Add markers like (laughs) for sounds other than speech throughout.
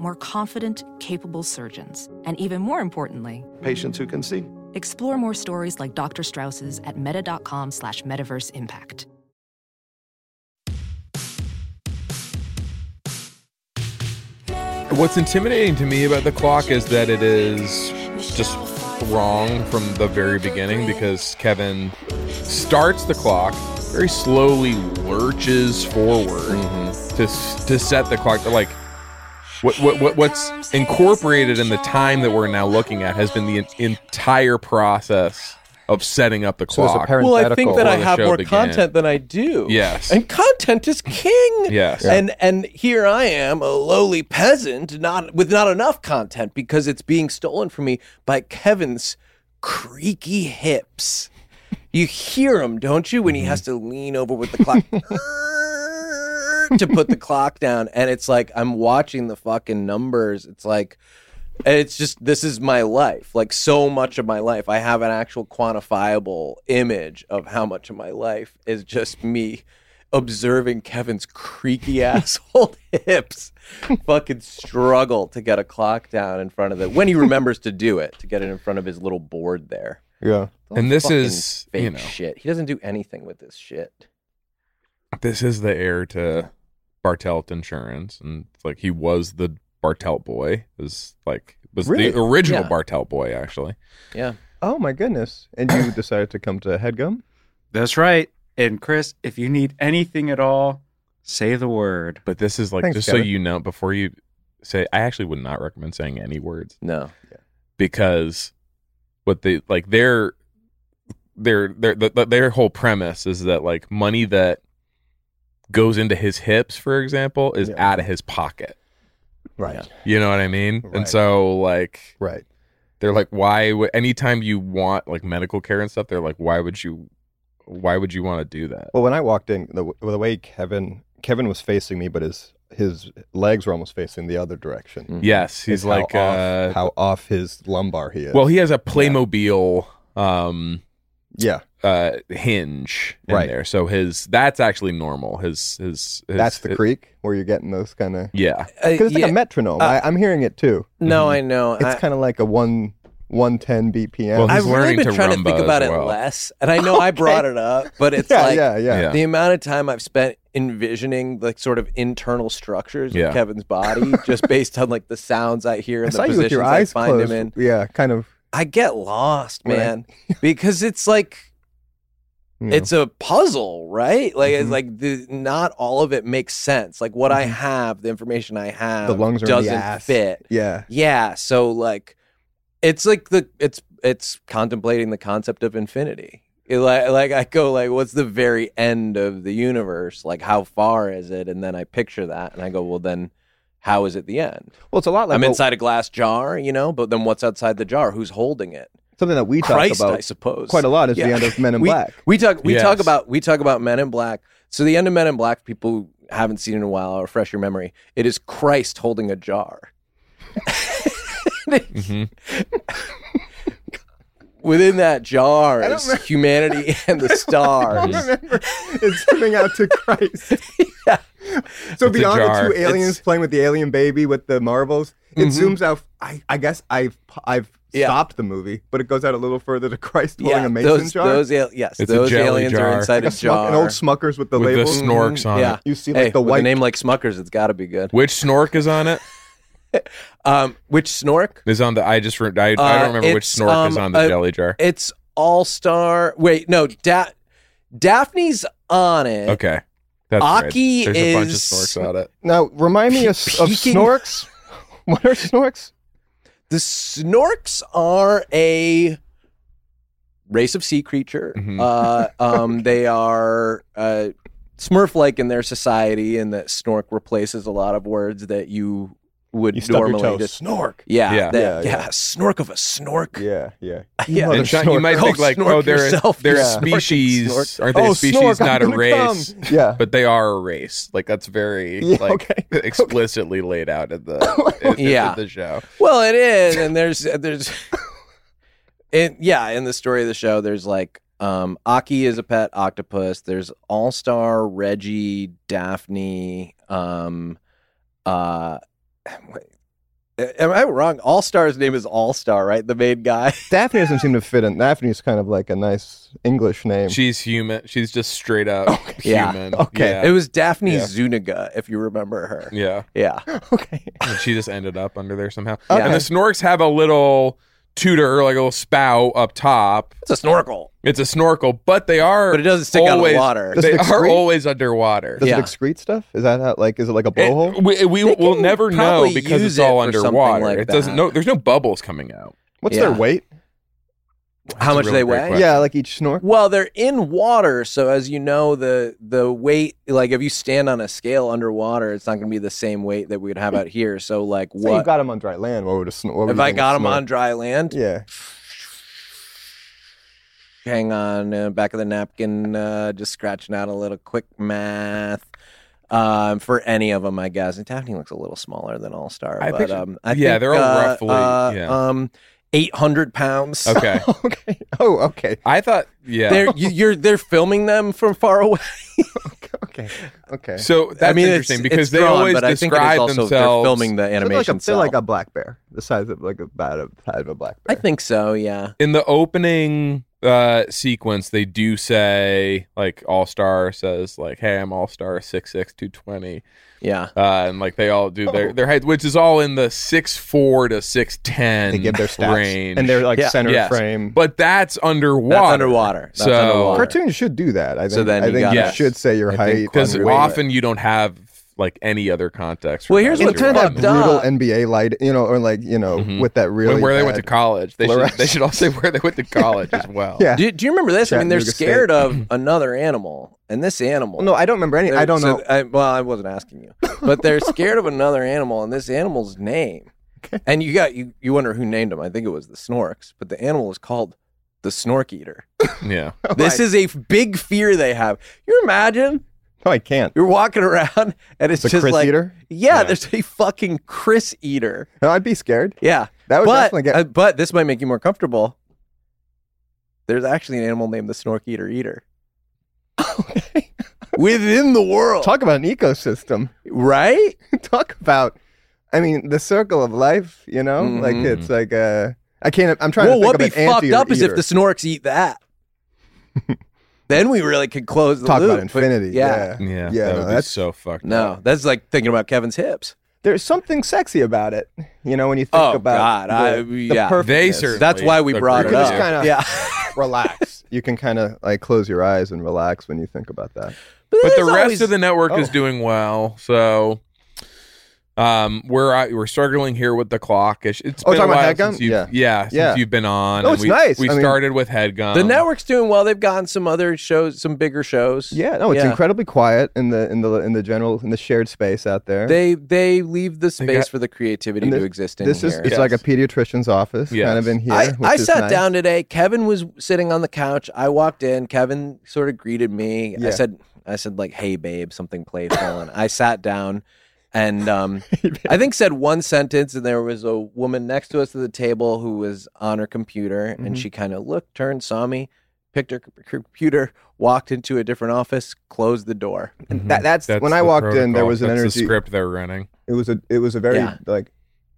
More confident, capable surgeons. And even more importantly, Patients who can see. explore more stories like Dr. Strauss's at meta.com slash metaverse impact. What's intimidating to me about the clock is that it is just wrong from the very beginning because Kevin starts the clock, very slowly lurches forward Mm-hmm. to s- to set the clock. Like what, what what what's incorporated in the time that we're now looking at has been the en- entire process of setting up the So it's a clock. parent- Well, I Parenthetical. think that I Before the have show more began. content than I do. Yes. and content is king. Yes. and and here I am, a lowly peasant, not with not enough content because it's being stolen from me by Kevin's creaky hips. You hear him, don't you, when he has Mm-hmm. to lean over with the clock (laughs) to put the clock down, and it's like I'm watching the fucking numbers. It's like. And it's just this is my life. Like so much of my life, I have an actual quantifiable image of how much of my life is just me observing Kevin's creaky (laughs) asshole hips fucking struggle to get a clock down in front of the when he remembers to do it to get it in front of his little board there. Yeah. It's all And this fucking is, fake you know. shit. He doesn't do anything with this shit. this is the heir to Bartelt Insurance, and it's like he was the Bartelt boy. Is like was Really? the original Yeah. Bartelt boy actually. Yeah. Oh my goodness! (coughs) And you decided to come to Headgum. That's right. And Chris, if you need anything at all, say the word. But this is like Thanks, just so Kevin. you know before you say, I actually would not recommend saying any words No. because what they like their their their the, their whole premise is that like money that goes into his hips, for example, is Yeah. out of his pocket. Right. You know what I mean? Right. And so like Right. they're like why would anytime you want like medical care and stuff they're like why would you why would you want to do that Well, when I walked in, the, w- the way Kevin Kevin was facing me, but his his legs were almost facing the other direction. Mm. yes Is he's like Mm-hmm. uh how off, how off his lumbar he is. well he has a playmobil um yeah, uh hinge in Right. there so his that's actually normal his his, his that's the it- creek where you're getting those kind of. yeah Uh, Because it's yeah. like a metronome. I, I'm hearing it too. no, I know. It's I- kind of like a one one ten BPM. Well, I've he's really learning been to trying to think rumba as about it well. less, and I (laughs) know I brought it up, but it's yeah, like yeah, yeah, Yeah. the amount of time I've spent envisioning the sort of internal structures Yeah. of Kevin's (laughs) body, just based on like the sounds I hear I and the saw you positions with your I eyes find closed. him in. Yeah, kind of. I get lost, Right. (laughs) man, because it's like you know. it's a puzzle, right? Like it's Mhm. like the, not all of it makes sense. Like what I have, the information I have, lungs are in Mm-hmm. the doesn't ass. fit. yeah. Yeah, so like it's like the it's it's contemplating the concept of infinity. It, like like I go like what's the very end of the universe? Like how far is it? And then I picture that and I go, well then how is it the end? Well, it's a lot like I'm what- inside a glass jar, you know, but then what's outside the jar? Who's holding it? something that we talk Christ, about I suppose. quite a lot is Yeah. the end of Men in (laughs) we, Black. We talk we talk Yes. about we talk about Men in Black. So the end of Men in Black, people who haven't seen in a while, I'll refresh your memory. It is Christ holding a jar. (laughs) Mhm. Within that jar I don't is remember- (laughs) humanity and the I stars. remember it's coming out to Christ. So It's a beyond the jar. two aliens It's- playing with the alien baby with the marbles, it zooms out. I, I guess I've I've Yeah. stopped the movie, but it goes out a little further to Christ holding yeah, a mason those, jar. those al- yes, It's a those jelly aliens are jar. inside like a a smuck, jar. an old Smuckers with the with label. Mm-hmm. the snorks on yeah. it You see Hey, like the with white a name like Smuckers, it's got to be good. which snork is on it Um, which snork? is on the i just re- I, I Uh, don't remember which it's, snork is um, on the a- jelly jar It's All Star. Wait, no, da- Daphne's on it. okay that's Aki right. there's a bunch of is- snorks on it Now remind me of, of Peeking- snorks. (laughs) What are snorks? The snorks are a race of sea creature. Mhm. Uh, um, They are uh, Smurf like in their society, and that snork replaces a lot of words that you would You stub your normally toe. just Snork. yeah, Yeah. that- Yeah, yeah, yeah. snork of a snork. Yeah, yeah. (laughs) Yeah. Mother And Sean, Oh, you snork. might Go think like, snork oh, they're yourself, they're yeah. a species, Snork and snork. aren't they? Oh, a species, snork, I'm not a gonna race. come. (laughs) Yeah. But they are a race. Like that's very Yeah, like okay. explicitly laid out in (laughs) the in, Yeah. in the show. Well, it is, and there's uh, there's, (laughs) it yeah. In the story of the show, there's like um Aki is a pet octopus. There's All Star, Reggie, Daphne. Um, uh, wait, am I wrong? All Star's name is All Star, right? The main guy. Daphne doesn't seem to fit in. Daphne's kind of like a nice English name. She's human. She's just straight up Okay. Yeah. human. Okay. It Yeah. was Daphne Yeah. Zuniga, if you remember her. yeah. Yeah. (laughs) okay. And she just ended up under there somehow. Okay. And the snorks have a little tutor, like a little spout up top. It's a snorkel, It's a snorkel, but they are but it doesn't stick out of always- the water. Does They it are excrete? always underwater. Does Yeah. it excrete stuff? Is that how, like, is it like a blowhole? It- we we They will can never know probably because it's use all it for something underwater. like it doesn't. that. No, there's no bubbles coming out. What's Yeah. their weight? How a much really they great weigh? Right. Yeah, like each snork. Well, they're in water, so as you know, the the weight, like if you stand on a scale underwater, it's not going to be the same weight that we would have out here. So, like, Say you what got him on dry land. What would a snork? if I got them on dry land? (laughs) Yeah. Hang on, uh, back of the napkin, uh, just scratching out a little quick math. Um, for any of them, I guess. And Daphne looks a little smaller than All Star, I but picture- um, I yeah, think, they're all uh, roughly- uh, yeah. um, eight hundred pounds. Okay. okay. Oh, okay. I thought. Yeah. They're you, you're they're filming them from far away. Okay. Okay. so that's I mean, it's- interesting because it's they drawn, always but I think it is describe also, they're themselves. filming the So they're like, a, animation. they're like cell. a black bear, the size of like about a size of a black I bear. think so. Yeah. in the opening uh sequence they do say like all star says like hey i'm all star 66220 Yeah. uh and like they all do Oh. their their height which is all in the six four to 610 they give their stats range and they're like Yeah. center Yes. frame. but that's underwater That's underwater. That's So- underwater. cartoons should do that. I think. So then I you think got you it. should say your I height think because and weight. often you don't have like any other context for Well, that. here's It's what's It's your kind of kinda apartment. brutal dumb. NBA light, you know, or like you know, Mm-hmm. Mhm. with that really When- where they went to bad- college they should, fluorescent- they should all say where they went to college as well (laughs) Yeah. Do, do you remember this? I mean, they're Chattanooga scared State. (clears throat) of another animal, and this animal. Well, no, I don't remember any. I They're- don't so know. I, well, I wasn't asking you, but (laughs) they're scared of another animal, and this animal's name. And you got you. You wonder who named him? I think it was the snorks, but the animal is called the snork (laughs) eater. yeah This is a big fear they have. You imagine No, I can't. you're walking around (laughs) and it's The just Chris like Eater? Yeah, Yeah. there's a fucking Chris eater. No, I'd be scared. Yeah, That would but, definitely get. uh, but this might make you more comfortable. There's actually an animal named the snork eater (laughs) eater okay. within the world, Talk about an ecosystem. (laughs) right? Talk about. I mean, the circle of life. You know, like Mhm. it's like a. I can't. I'm trying Well, to what'd think be of an fucked anteater up is if eater. the snorks eat (laughs) that. then we really could close the talk loop. about but- infinity. yeah. yeah, Yeah, Yeah, that no, would be that's- so fucked No, that's like thinking about Kevin's hips. There's something sexy about it. You know, when you think oh about God, I, the, yeah. perfect- They Yes. certainly. that's why we brought You it could up. just kinda- yeah, (laughs) relax. you can kind of like close your eyes and relax when you think about that. (laughs) But the there's rest always- of the network is Oh. doing well, so um, we're out- we're struggling here with the clock. It's, it's Oh, been a talking about while Headgum? since you've, Yeah. yeah, since Yeah. you've been on. No, and it's we, nice. We I mean- started with Headgum. the network's doing well. They've gotten some other shows, some bigger shows. Yeah, no, it's Yeah. incredibly quiet in the in the in the general in the shared space out there. They they leave the space got- for the creativity And to thi- exist in this is here. it's Yes. like a pediatrician's office, Yes. kind of in here. I, which I is sat nice. down today. Kevin was sitting on the couch. I walked in. Kevin sort of greeted me. I Yeah. said I said like, "Hey babe," something playful, and I sat down. And um, (laughs) I think said one sentence, and there was a woman next to us at the table who was on her computer, and Mhm. she kind of looked, turned, saw me, picked her c- computer, walked into a different office, closed the door. And that, that's, when I Mm-hmm. the walked in. There protocol. was an That's the energy. script they're running. It was a it was a very Yeah. like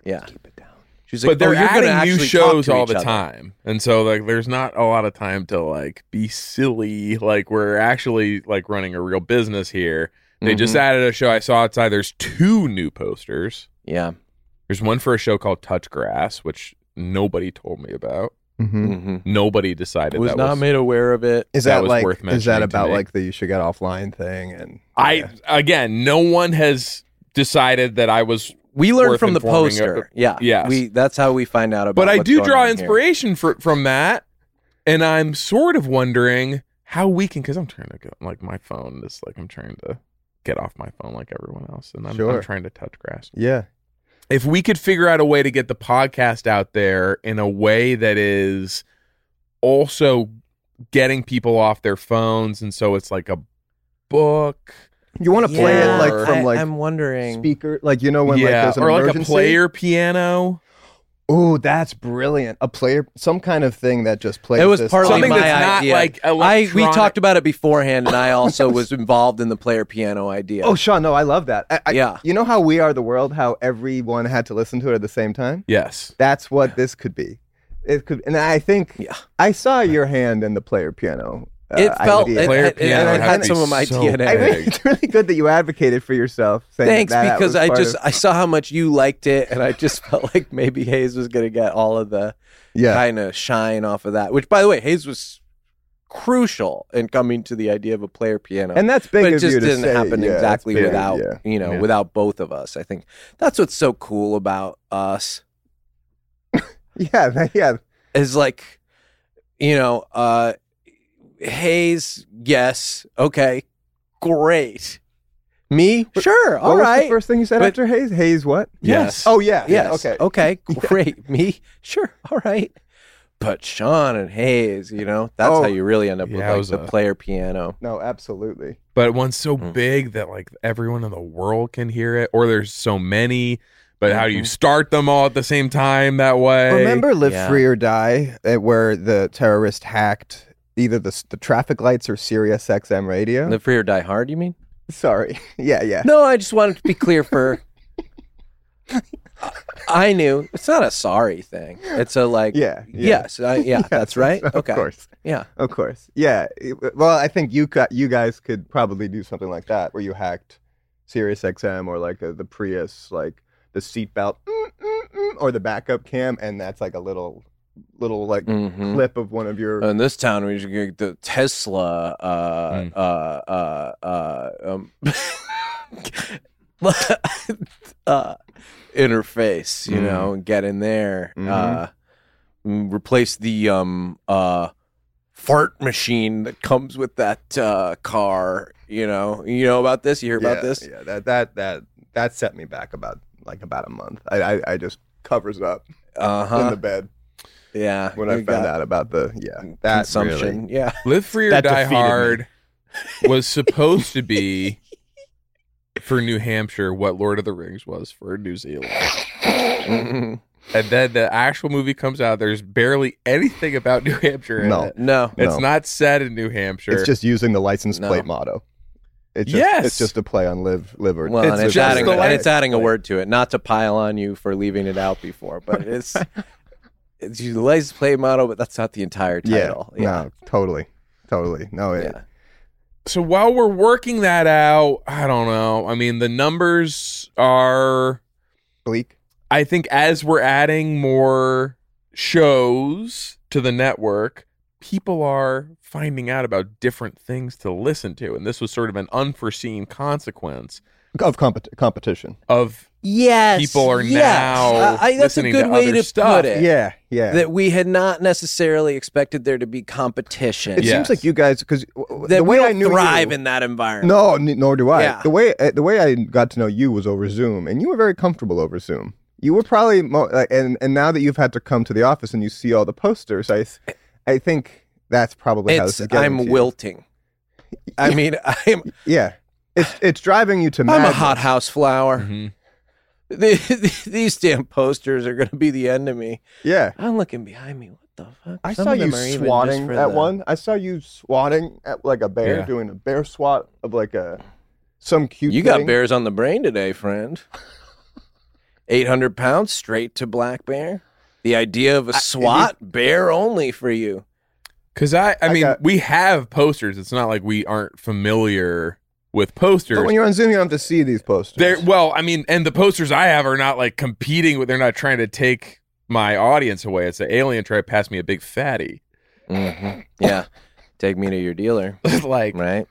Yeah, keep it down. she was like, but they're "Oh, you're gonna adding new actually talk shows to all each the other." time, and so like there's not a lot of time to like be silly. Like we're actually like running a real business here. They just Mhm. added a show. I saw outside. There's two new posters. yeah." There's one for a show called Touch Grass, which nobody told me about. hmm Mm-hmm. Nobody decided Was that not was. made aware of it. Is That that, was like worth is mentioning that to about me. like the you should get offline thing and I yeah. again, no one has decided that I was. We learned worth from the informing poster. of- yeah. Yes. We that's how we find out about But I what's do going draw on here. inspiration for, from that, and I'm sort of wondering how we can because I'm trying to go like my phone is like I'm trying to get off my phone like everyone else, and I'm, I'm Sure. trying to touch grass. yeah. if we could figure out a way to get the podcast out there in a way that is also getting people off their phones and so it's like a book You want to play it like I, from like I'm wondering. speaker, like you know when Oh, like yeah there's an or like a emergency? player piano Oh, that's brilliant. A player, some kind of thing that just plays. It was this partly something my that's not idea. like I we electronic. talked about it beforehand, and I also was involved in the player piano idea. Oh, Sean, no, I love that. I, I, Yeah. You know how We Are the World, how everyone had to listen to it at the same time? yes That's what this could be. It could, and I think Yeah. I saw your hand in the player piano. uh, it felt idea. it, Player it, it piano had, has to be some of my so DNA. I mean, it's (laughs) really good that you advocated for yourself. Saying Thanks, that that because was I part just of- I saw how much you liked it, and I just (laughs) felt like maybe Hayes was gonna get all of the yeah. kind of shine off of that. Which, by the way, Hayes was crucial in coming to the idea of a player piano. and that's big but it of you just to didn't say. happen Yeah, that's exactly big, without yeah. you know Yeah. without both of us. I think that's what's so cool about us Yeah, that- yeah. is like, you know, uh Hayes, yes, okay, great. Me, sure, all what was the right, first thing you said But- after Hayes? Hayes what? Yes. Oh yeah. yeah, yes, Okay. (laughs) okay, great. Me, sure, all right. But Sean and Hayes, you know, that's Oh. how you really end up with like the Yowza. player piano. No, absolutely. but one's so Mm. big that like everyone in the world can hear it or there's so many but how do you Mhm. start them all at the same time that way Mm-hmm. Remember Live Yeah. Free or Die, uh, where the terrorist hacked either the, s- the traffic lights or Sirius XM radio? The free or die hard, you mean? (laughs) Sorry. Yeah, yeah. No, I just wanted to be clear (laughs) for. I knew it's not a sorry thing. It's a like, Yeah, yeah. yes, I, yeah, (laughs) that's right. Of okay, course. yeah, Of course. Yeah. it- well, I think you got, you guys could probably do something like that where you hacked Sirius XM or like uh the Prius, like the seatbelt mm, mm, mm, or the backup cam, and that's like a little, little like Mhm. clip of one of your. In this town, we should get the Tesla. Uh, Mm. uh, uh, uh, um, (laughs) uh, interface, you Mm. know, and get in there. Mhm. Uh, mm, replace the um, uh, fart machine that comes with that uh, car. You know, you know about this. You hear Yeah, about this? Yeah, that that that that set me back about like about a month. I I, I just covers up Uh in huh. the bed Yeah. when you I found got out about the yeah that consumption. really- Yeah. Live Free or That Die defeated me. (laughs) Hard was supposed to be for New Hampshire what Lord of the Rings was for New Zealand. Mhm. And then the actual movie comes out, there's barely anything about New Hampshire in No. it. No. It's No. not set in New Hampshire. It's just using the license No. plate motto. It's just, Yes! it's just a play on live live or Well, It's and, it's just adding, the and light. it's adding a word to it, not to pile on you for leaving it out before, (laughs) but it's it's you license plate model, but that's not the entire yeah, title. no, totally, totally. No, it, Yeah. so while we're working that out, I don't know. I mean, the numbers are bleak. I think as we're adding more shows to the network, people are finding out about different things to listen to. And this was sort of an unforeseen consequence Of compet competition. of Yes. People are yes. now Uh, I, that's a listening good to way other to stuff. put it. Yeah, yeah. That we had not necessarily expected there to be competition. it Yes. seems like you guys because That the we way don't I knew thrive you, in that environment. no, n- nor do I. Yeah. The way uh, the way I got to know you was over Zoom, and you were very comfortable over Zoom. You were probably mo- like, and and now that you've had to come to the office and you see all the posters, I s- I think that's probably how this it's is getting to I'm you. wilting. I mean, I'm Yeah, it's it's driving you to I'm a madness. hothouse flower. Mhm. Mm-hmm. (laughs) These damn posters are going to be the end of me. Yeah, I'm looking behind me. What the fuck? I Some saw of you them are even just swatting for at the- one. I saw you swatting at like a bear, Yeah. doing a bear swat of like a some cute. You got thing. bears on the brain today, (laughs) friend. 800 pounds straight to black bear. The idea of a SWAT bear only for you. Cause I, I, I mean, got- we have posters. It's not like we aren't familiar with posters. But when you're on Zoom, you don't have to see these posters. They're- well, I mean, and the posters I have are not like competing with. They're not trying to take my audience away. It's an alien trying to pass me a big fatty. (laughs) Mm-hmm. Yeah. Take me to your dealer, like right?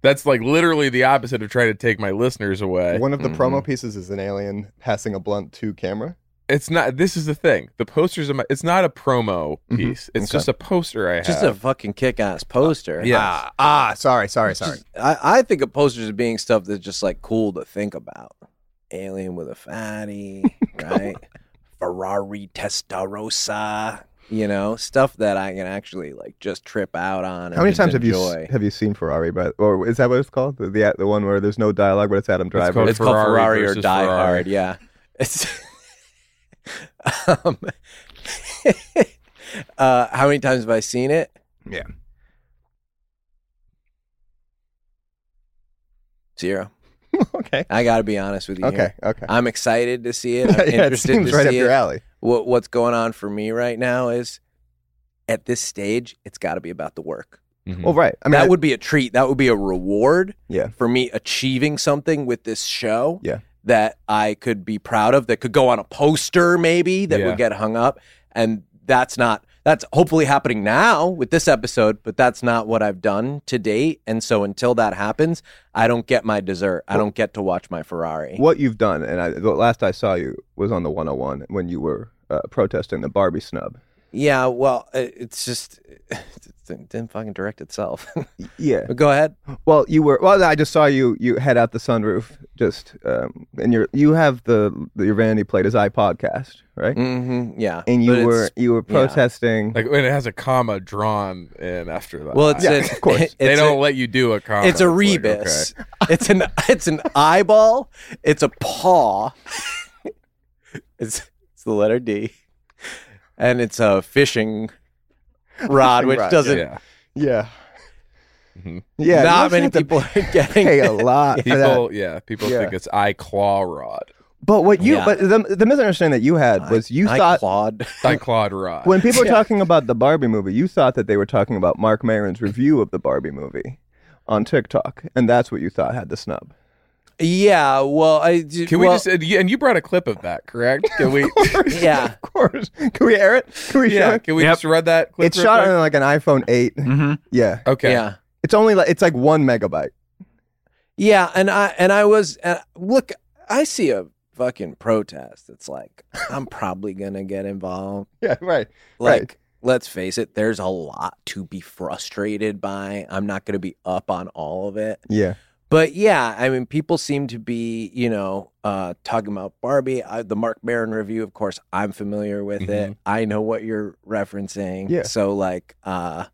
that's like literally the opposite of trying to take my listeners away. One of the Mhm. promo pieces is an alien passing a blunt to camera. It's not. This is the thing. The posters. Are my, it's not a promo Mhm. piece. It's Okay. just a poster I have. Mm-hmm. Just a fucking kick ass poster. Yes. Ah, ah, sorry, sorry, sorry. I, I think of posters as being stuff that's just like cool to think about. Alien with a (laughs) fatty, right? Ferrari Testarossa, you know, stuff that I can actually like just trip out on. (laughs) How many and just times have you s- enjoy. have you seen Ferrari? But or is that what it's called? The the, the one where there's no dialogue, but it's Adam Driver. called- It's called Ferrari Ferrari or versus Die Ferrari. Hard. Yeah. It's (laughs) um, (laughs) uh, how many times have I seen it? Yeah. Zero. (laughs) okay. I got to be honest with you. Okay. (laughs) here. Okay. I'm excited to see (laughs) it. I'm yeah, it interested seems to right up see your it. alley. What What's going on for me right now is, at this stage, it's got to be about the work. Mhm. Well, right. I mean, Mm. that I- would be a treat. That would be a reward Yeah. for me achieving something with this show Yeah. that I could be proud of, that could go on a poster maybe that Yeah. would get hung up. And that's not, that's hopefully happening now with this episode, but that's not what I've done to date. And so until that happens, I don't get my dessert. I don't get to watch my Ferrari. what you've done, and I, the last I saw you was on the 101 when you were uh, protesting the Barbie snub. Yeah, well, it- it's just, (laughs) it didn't fucking direct itself. (laughs) Yeah. but go ahead. Well, you were. Well, I just saw you. You head out the sunroof, just um, and you're you have the your vanity plate as I podcast, right? hmm Mm-hmm, yeah. And But you it's- were you were protesting. Like when it has a comma drawn in after that. well, it's, Yeah, a- of (laughs) course. it's (laughs) they a- don't let you do a comma. It's a like, rebus. It's an (laughs) it's an eyeball. It's a paw. (laughs) it's it's the letter D, and it's a fishing rod, Fishing which rod, doesn't. okay. (laughs) Yeah. Yeah. Mhm. Yeah. you Mm-hmm. not also many have to people are getting. (laughs) pay a (laughs) it. lot for that. People, yeah, people Yeah. think it's I claw rod, But what you Yeah. but the the misunderstanding that you had was you I thought clawed. I clawed rod. when people were talking about the Barbie movie, you thought that they were talking about Mark Maron's review of the Barbie movie on TikTok, and that's what you thought had the snub. Yeah. Well, I d- Can well, we just and you, and you brought a clip of that, correct? Can (laughs) we? Yeah. of course. Can we air it? Can Oh, we show yeah, it? can we Yep. just read that clip? It's real shot quick? on like an iPhone eight. hmm Yeah, Okay. Yeah. it's only like it's like one megabyte. Yeah, and I and I was and look, I see a fucking protest. It's like I'm probably gonna get involved. Yeah, right. Like, (laughs) Right. let's face it, there's a lot to be frustrated by. I'm not going to be up on all of it. Yeah, But yeah, I mean, people seem to be, you know, uh, talking about Barbie. I, the Mark Maron review, of course, I'm familiar with it. I know what you're referencing. Mm-hmm. Yeah. So, like, uh,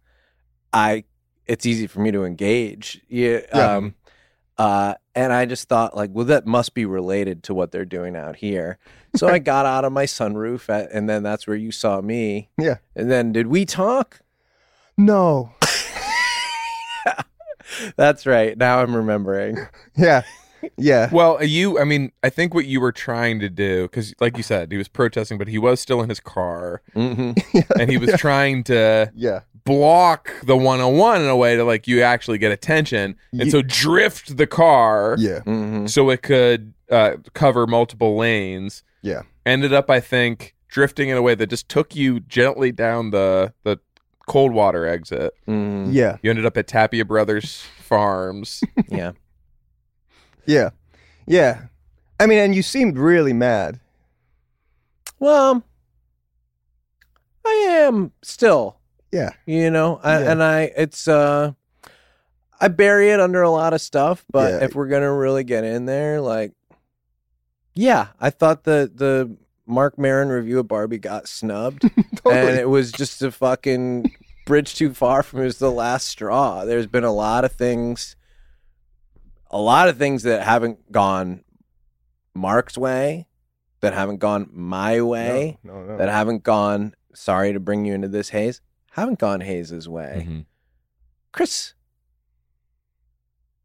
I, it's easy for me to engage. Yeah. Yeah. Um, uh, and I just thought, like, well, that must be related to what they're doing out here. So I got out of my sunroof, at, and then that's where you saw me. yeah. And then did we talk? No. (laughs) That's right. Now I'm remembering. Yeah, yeah. Well, uh, you, I mean, I think what you were trying to do, because like you said, he was protesting, but he was still in his car hmm and he was trying to Yeah, block the 101 in a way to like you actually get attention. And Ye- so drift the car yeah, hmm so it could uh, cover multiple lanes. Yeah. Ended up, I think, drifting in a way that just took you gently down the, the cold water exit. hmm yeah, You ended up at Tapia Brothers (laughs) Farms. Yeah. yeah, yeah. I mean, and you seemed really mad. Well, I am still, Yeah, you know, I, Yeah. and I, it's, uh, I bury it under a lot of stuff, but Yeah. if we're going to really get in there, like, yeah, I thought the, the Mark Marin review of Barbie got (laughs) snubbed and it was just a fucking bridge too far from it was the last straw. There's been a lot of things, a lot of things that haven't gone Mark's way, that haven't gone my way No, no, no. that haven't gone. Sorry to bring you into this haze. Haven't gone Hayes's way, Chris.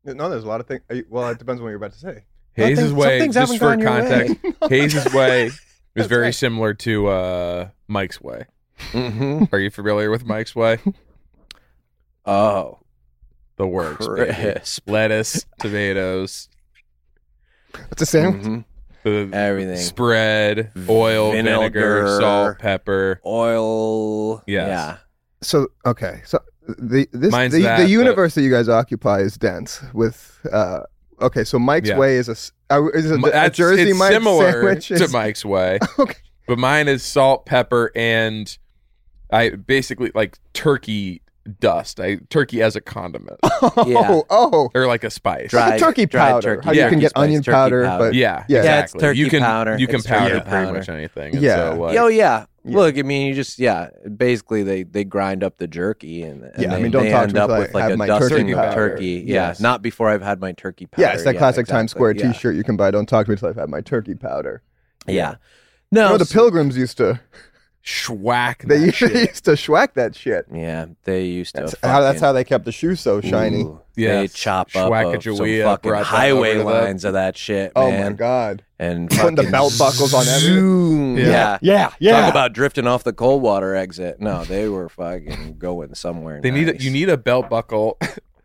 No, there's a lot of things. Well, it depends on what you're about to say. Hayes' Nothing- way, some things just haven't for gone your context, (laughs) Hayes' way is That's very right. similar to uh, Mike's way. Mm-hmm. Are you familiar with Mike's way? (laughs) Oh, The works. baby. Crisp. Lettuce, tomatoes, It's the same. Mhm. the everything. spread, oil, vinegar, Vinegar. salt, pepper. Oil. Yes. Yeah. So okay, so the this Mine's the, that, the but- universe that you guys occupy is dense with. uh Okay, so Mike's Yeah. way is a s- uh, is a, M- a that's- Jersey it's Mike's similar sandwich. to is- Mike's way, Okay. but mine is salt, pepper, and I basically like turkey dust. I turkey as a (laughs) condiment Yeah. (laughs) Oh, oh. or like a spice. Dry- Dried- Like a turkey dried powder. turkey. How you Yeah. can get Spice onion turkey powder, powder. but Yeah, Yeah. Yeah, it's exactly. turkey you can powder. you can It's turkey powder powder. pretty much anything. And Yeah. so, like, oh yeah. Yeah. Look, I mean, you just yeah. Basically, they they grind up the jerky and, and Yeah, I they- mean, don't they talk to end me up till I with like have a my dusting turkey of powder. turkey. Yeah, Yes. not before I've had my turkey powder. yeah, it's that classic Times exactly. Square Yeah. T-shirt you can buy. Don't talk to me till I've had my turkey powder. Yeah. You No, know, the so- pilgrims used to schwack they (laughs) that used, shit. used to schwack that shit. Yeah, they used to. That's how that's how they kept the shoe so fucking- shiny. Ooh, They Yes. chop up of some Schwackajawea fucking brought that highway over to the- lines of that shit, oh man. my god! And Putting the fucking belt buckles on everything. zoom. Yeah. Yeah. Yeah, Talk about drifting off the cold water exit. No, they were fucking going somewhere. They need a, nice. you need a belt buckle (laughs)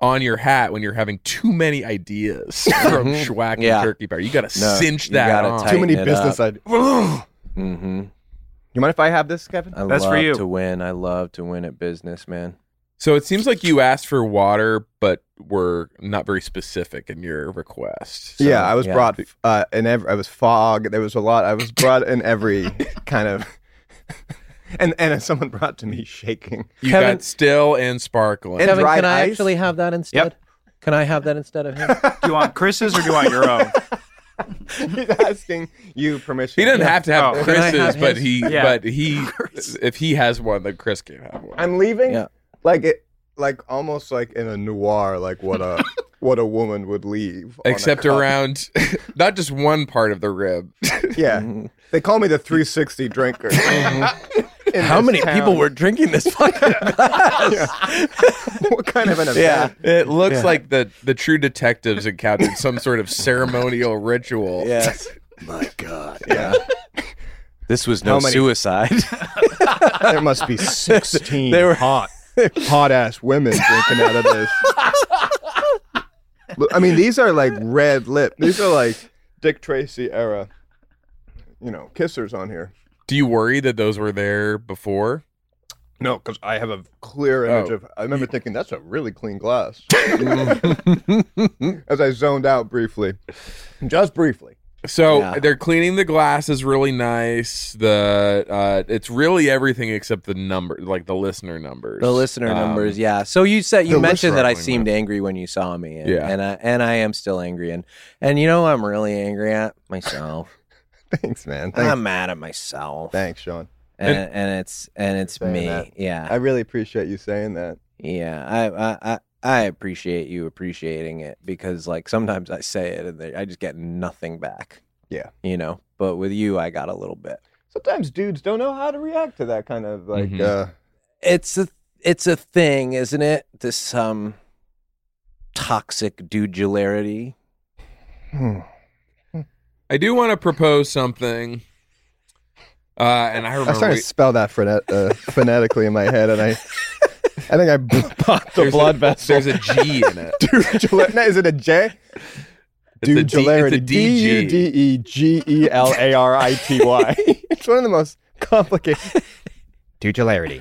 on your hat when you're having too many ideas (laughs) from Mhm. schwack Yeah. and turkey powder. You got to No, cinch you that gotta on. too many tighten it business ideas. you hmm mind if I have this, Kevin? I That's love for you. to win. I love to win at business, man. so it seems like you asked for water, but were not very specific in your request. So- yeah, I was yeah. brought uh, in. Every, I was fog. There was a lot. I was brought in every (laughs) kind of. And and someone brought to me shaking. (laughs) you Kevin- got still and sparkling. And- Kevin, dry can I ice? actually have that instead? Can I have that instead of him? Do you want Chris's or do you want your own? He's asking you permission. he doesn't have to have Oh. Can I Chris's, have but his? he, Yeah. but he, if he has one, then Chris can have one. I'm leaving. Yeah. Like it, like almost like in a noir, like what (laughs) a what a woman would leave. on a Except cup. around, (laughs) not just one part of the rib. (laughs) Yeah, Mm-hmm. they call me the 360 drinker. (laughs) In How this many town. people were drinking this fucking glass? (laughs) what kind of an event? Yeah. It looks like the the true detectives encountered some sort of ceremonial ritual. Yes. My God. Yeah. This was no How many- suicide. There (laughs) must be 16 They were- (laughs) hot, hot ass women drinking out of this. Look, I mean, these are like red lip. These are like Dick Tracy era, you know, kissers on here. Do you worry that those were there before? No, because I have a clear image Oh. of. I remember thinking that's a really clean (laughs) glass. As I zoned out briefly, just briefly. So Yeah. they're cleaning the glass is really nice. The uh, it's really everything except the number, like the listener numbers. the listener Um, numbers, yeah. So you said you The mentioned listener that I numbers. seemed angry when you saw me, and, Yeah. and I and I am still angry, and and you know what I'm really angry at myself. Thanks, man. Thanks, I'm mad at myself, thanks, Sean. and, and it's and it's Saying me, that. yeah. I really appreciate you saying that. Yeah, I, I I I appreciate you appreciating it because like sometimes I say it and they, I just get nothing back. Yeah. you know. But with you, I got a little bit. Sometimes dudes don't know how to react to that kind of like. Mhm. Uh, It's a it's a thing, isn't it? This um toxic dudularity. I do want to propose something. Uh, and I I remember (laughs) started we- to spell that phonet- uh, phonetically in my head, and I, I think I b- popped the There's a- blood vessel. (laughs) there's a G in it. Dugela- no, is it a J? It's a D- it's a Dudularity. D DG. U D E G E L A R I T Y. It's one of the most complicated. Dudularity.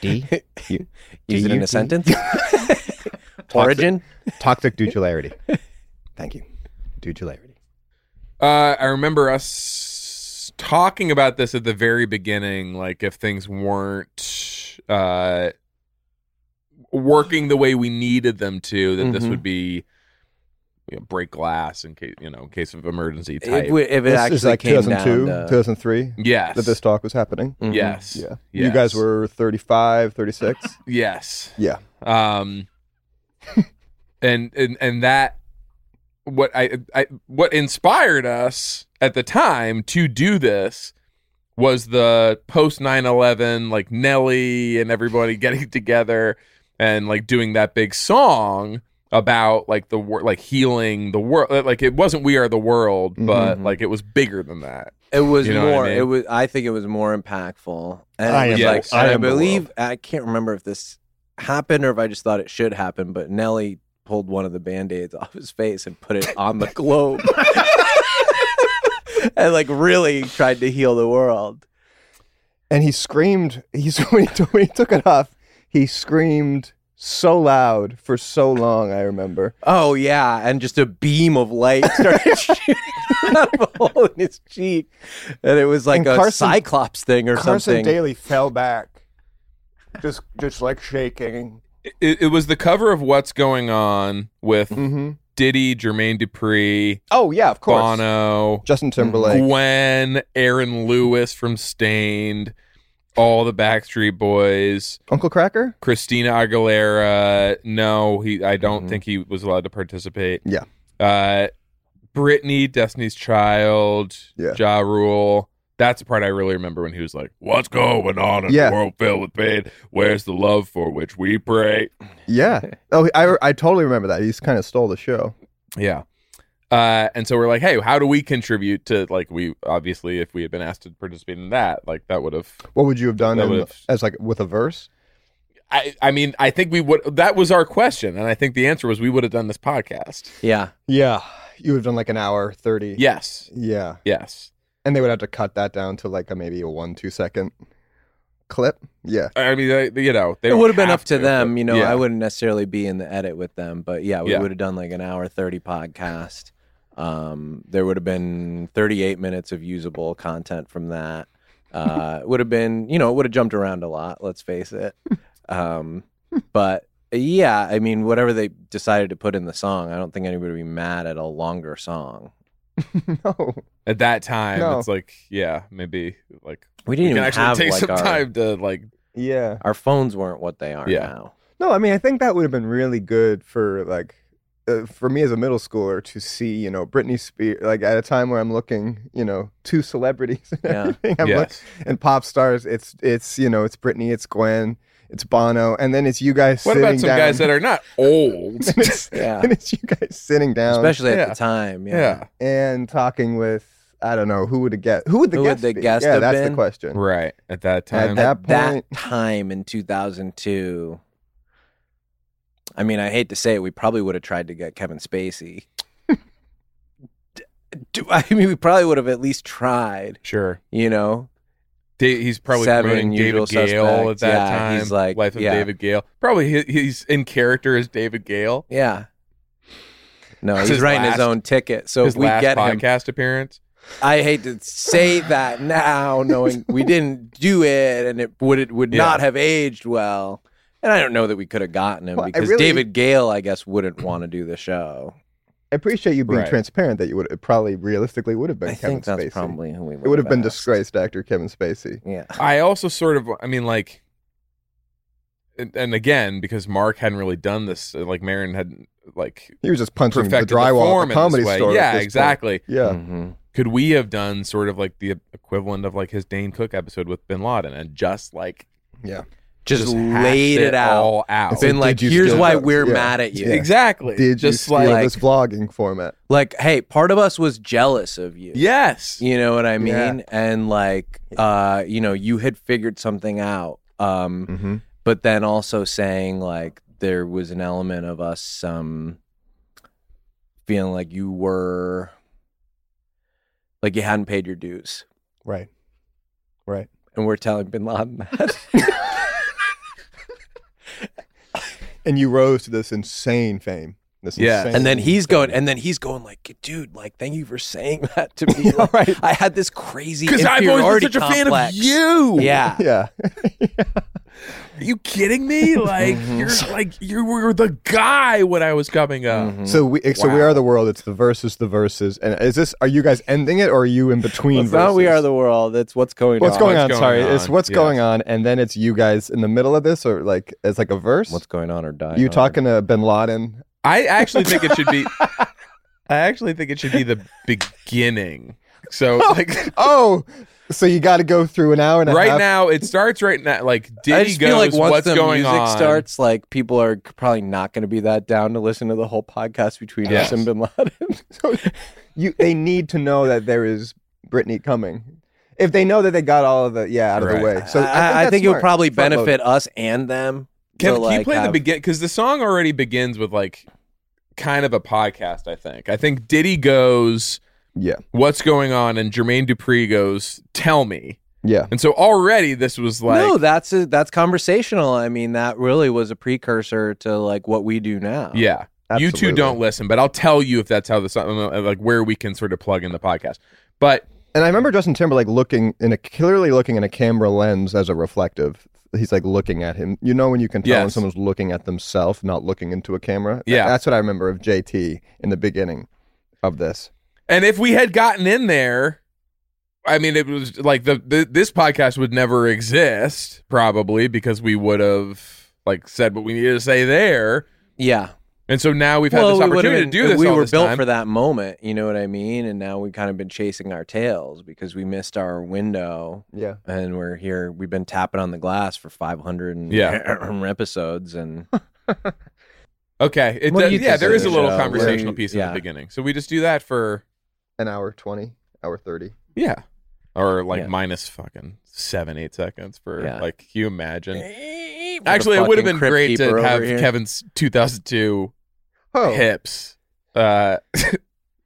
D. U- Use (laughs) it in a D-U-D- sentence. Origin. Toxic dudularity. Thank you. Dudularity. Uh, I remember us talking about this at the very beginning, like if things weren't uh, working the way we needed them to, that this Mm-hmm. Mhm. would be you know, break glass in case you know, in case of emergency type. If, we- if it This actually is like came 2002, down to, 2003 yes, that this talk was happening. Mhm. yes, Yeah. You Yes. guys were 35, 36. yes, yeah. um, (laughs) and and and that what I, I what inspired us at the time to do this was the post 9-11 like nelly and everybody (laughs) getting together and like doing that big song about like the wor- like healing the world uh, like it wasn't we are the world Mm-hmm, but Mhm. like it was bigger than that It was You know what I more. mean? It was. I think it was more impactful. And I it was am- like, yes, and I I, am the believe I can't remember if this happened or if I just thought it should happen. But Nelly pulled one of the band-aids off his face and put it on the globe, (laughs) and like really tried to heal the world. and he screamed. He's when he, (laughs) took- when he took it off, he screamed so loud for so long. I remember. Oh yeah, and just a beam of light (laughs) started shooting out of a hole in his cheek, and it was like And a Carson- cyclops thing or Carson something. Daly fell back. just just like shaking. It, it was the cover of What's Going On with Mm-hmm. Diddy, Jermaine Dupri, Oh yeah, of course. Bono, Justin Timberlake. Gwen, Aaron Lewis from Stained, all the Backstreet Boys, Uncle Cracker. Christina Aguilera. No, he. I don't Mhm. think he was allowed to participate. Yeah. Uh, Britney, Destiny's Child, Yeah. Ja Rule. That's the part I really remember when he was like, "What's going on in Yeah. a world filled with pain? Where's the love for which we pray?" (laughs) Yeah. Oh, I I totally remember that. He's kind of stole the show. Yeah. Uh, and so we're like, hey, how do we contribute to like we obviously if we had been asked to participate in that, like that would have What would you have done That in- would've- as like with a verse? I, I mean, I think we would. That was our question, and I think the answer was we would have done this podcast. Yeah. Yeah, you would have done like an hour thirty. Yes, yeah, yes. and they would have to cut that down to like a maybe a one two second clip. Yeah, I mean, they, you know, they it don't would have been up to but- them, you know. yeah. I wouldn't necessarily be in the edit with them, but yeah, we Yeah. would have done like an hour 30 podcast. Um, there would have been 38 minutes of usable content from that. (laughs) Uh, it would have been, you know, it would have jumped around a lot, let's face it. Um, but yeah, I mean, whatever they decided to put in the song, I don't think anybody would be mad at a longer song. (laughs) no, at that time. No. It's like, yeah, maybe like We we didn't can even actually have take like some our, time to like. yeah, our phones weren't what they are Yeah. now. no. I mean, I think that would have been really good for like uh, for me as a middle schooler to see you know Britney Spears like at a time where I'm looking you know two celebrities (laughs) and Yeah. everything. I'm look- yes. and pop stars. It's it's you know it's Britney, it's Gwen, it's Bono, and then it's you guys. What sitting about some down. guys that are not old? (laughs) and it's, (laughs) Yeah. and it's you guys sitting down, Especially at yeah. the time. yeah. and talking with I don't know who would the guest who would the Who would guest the be? guest yeah have that's been? the question right at that At time. that at that point- time in 2002 i mean i hate to say it we probably would have tried to get (laughs) kevin spacey D- do, i mean we probably would have at least tried sure, you know Da- he's probably Seven, promoting Usual David Gale at Suspects. that Yeah, time. he's like- Life of yeah. David Gale. Probably he, he's in character as David Gale. yeah no It's he's his writing his last- own ticket so his if we last get him podcast appearance. i hate to say that now knowing we didn't do it and it would it would Yeah. not have aged well and i don't know that we could have gotten him Well, I because really- david gale i guess wouldn't want to do the show I appreciate you being Right. transparent that you would it probably realistically would have been I Kevin think that's Spacey. probably who we would it would have been asked. disgraced actor Kevin Spacey Yeah. I also sort of, I mean, like, and, and again, because Mark hadn't really done this, uh, like, Marin hadn't, like, he was just punching perfected the the, drywall form at in the this comedy way. store at Yeah, this point. exactly. yeah Mm-hmm. Could we have done sort of like the equivalent of like his Dane Cook episode with Bin Laden and just like yeah Just, hashed laid it out. all out? Been Did like, you here's steal why those?" we're Yeah. mad at you. Yeah. exactly. did you just steal like this vlogging format Like, hey, part of us was jealous of you. yes, You know what I mean? Yeah. And like, uh, you know, you had figured something out. Um, mm-hmm. but then also saying like there was an element of us um feeling like you were like you hadn't paid your dues. right right And we're telling bin Laden that. and you rose to this insane fame this Yeah. insane and then he's fame. going and then he's going like dude like thank you for saying (laughs) that to me Like, i had this crazy because I've always been inferiority such a fan of complex. you. (laughs) yeah (laughs) yeah Hmm. Are you kidding (laughs) me? Like you're like you were the guy when I was coming up. Mm-hmm. So we so we Wow. are the world. It's the versus the verses. And is this are you guys ending it or are you in between? it's not we verses? are the world that's what's going What's on going What's on? going sorry, on, it's what's yes. going on, and then it's you guys in the middle of this, or like it's like a verse. what's going on or dying you on? talking to Bin Laden? I actually think it should be. (laughs) I actually think it should be the beginning. (laughs) So like Oh, so you got to go through an hour and a right half. now, it starts right now. Like (laughs) I Diddy just goes, feel like once "What's the going music on?" starts, like people are probably not going to be that down to listen to the whole podcast between Yes. us and Bin Laden. (laughs) you they need to know that there is Britney coming. If they know that they got all of the yeah out of Right. the way, so I, I, that's I think it would smart. probably Front load. benefit us and them. Can, to, can like, you play the have- begin? Because the song already begins with like kind of a podcast. I think. I think Diddy goes, Yeah, "What's going on?" and Jermaine Dupri goes, "Tell me." yeah, And so already this was like, no, that's a, that's conversational. I mean, that really was a precursor to like what we do now. yeah. You absolutely. two don't listen, but I'll tell you if that's how the song, like where we can sort of plug in the podcast. But And I remember Justin Timberlake looking in a clearly looking in a camera lens as a reflective he's like looking at him. You know when you can tell when Yes. someone's looking at themselves, not looking into a camera. Th- Yeah. that's what I remember of JT in the beginning of this. And if we had gotten in there, I mean, it was like the, the this podcast would never exist probably because we would have like said what we needed to say there. Yeah. And so now we've had Well, this we would've opportunity been- to do this. We all were this built time. for that moment, you know what I mean? And now we've kind of been chasing our tails because we missed our window Yeah. and we're here. We've been tapping on the glass for 500 and Yeah. (clears throat) episodes. And Okay. It What do does, you yeah, there consider is a little the show? conversational Where- piece in yeah. the beginning. So we just do that for An hour twenty, hour thirty. yeah, or like Yeah. minus fucking seven eight seconds for Yeah. like. Can you imagine? (laughs) For Actually, the it would have (laughs) been fucking Crypt great to Keeper over have here. Kevin's 2002 Oh, hips. Uh,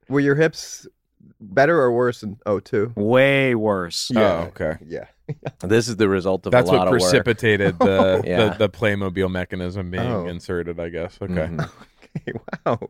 were your hips better or worse in 02? Way worse. Oh, okay. Yeah. (laughs) This is the result of That's a lot what of work. precipitated (laughs) the, Yeah. the the Playmobil mechanism being Oh. inserted. I guess. Okay. Mhm. Okay, wow.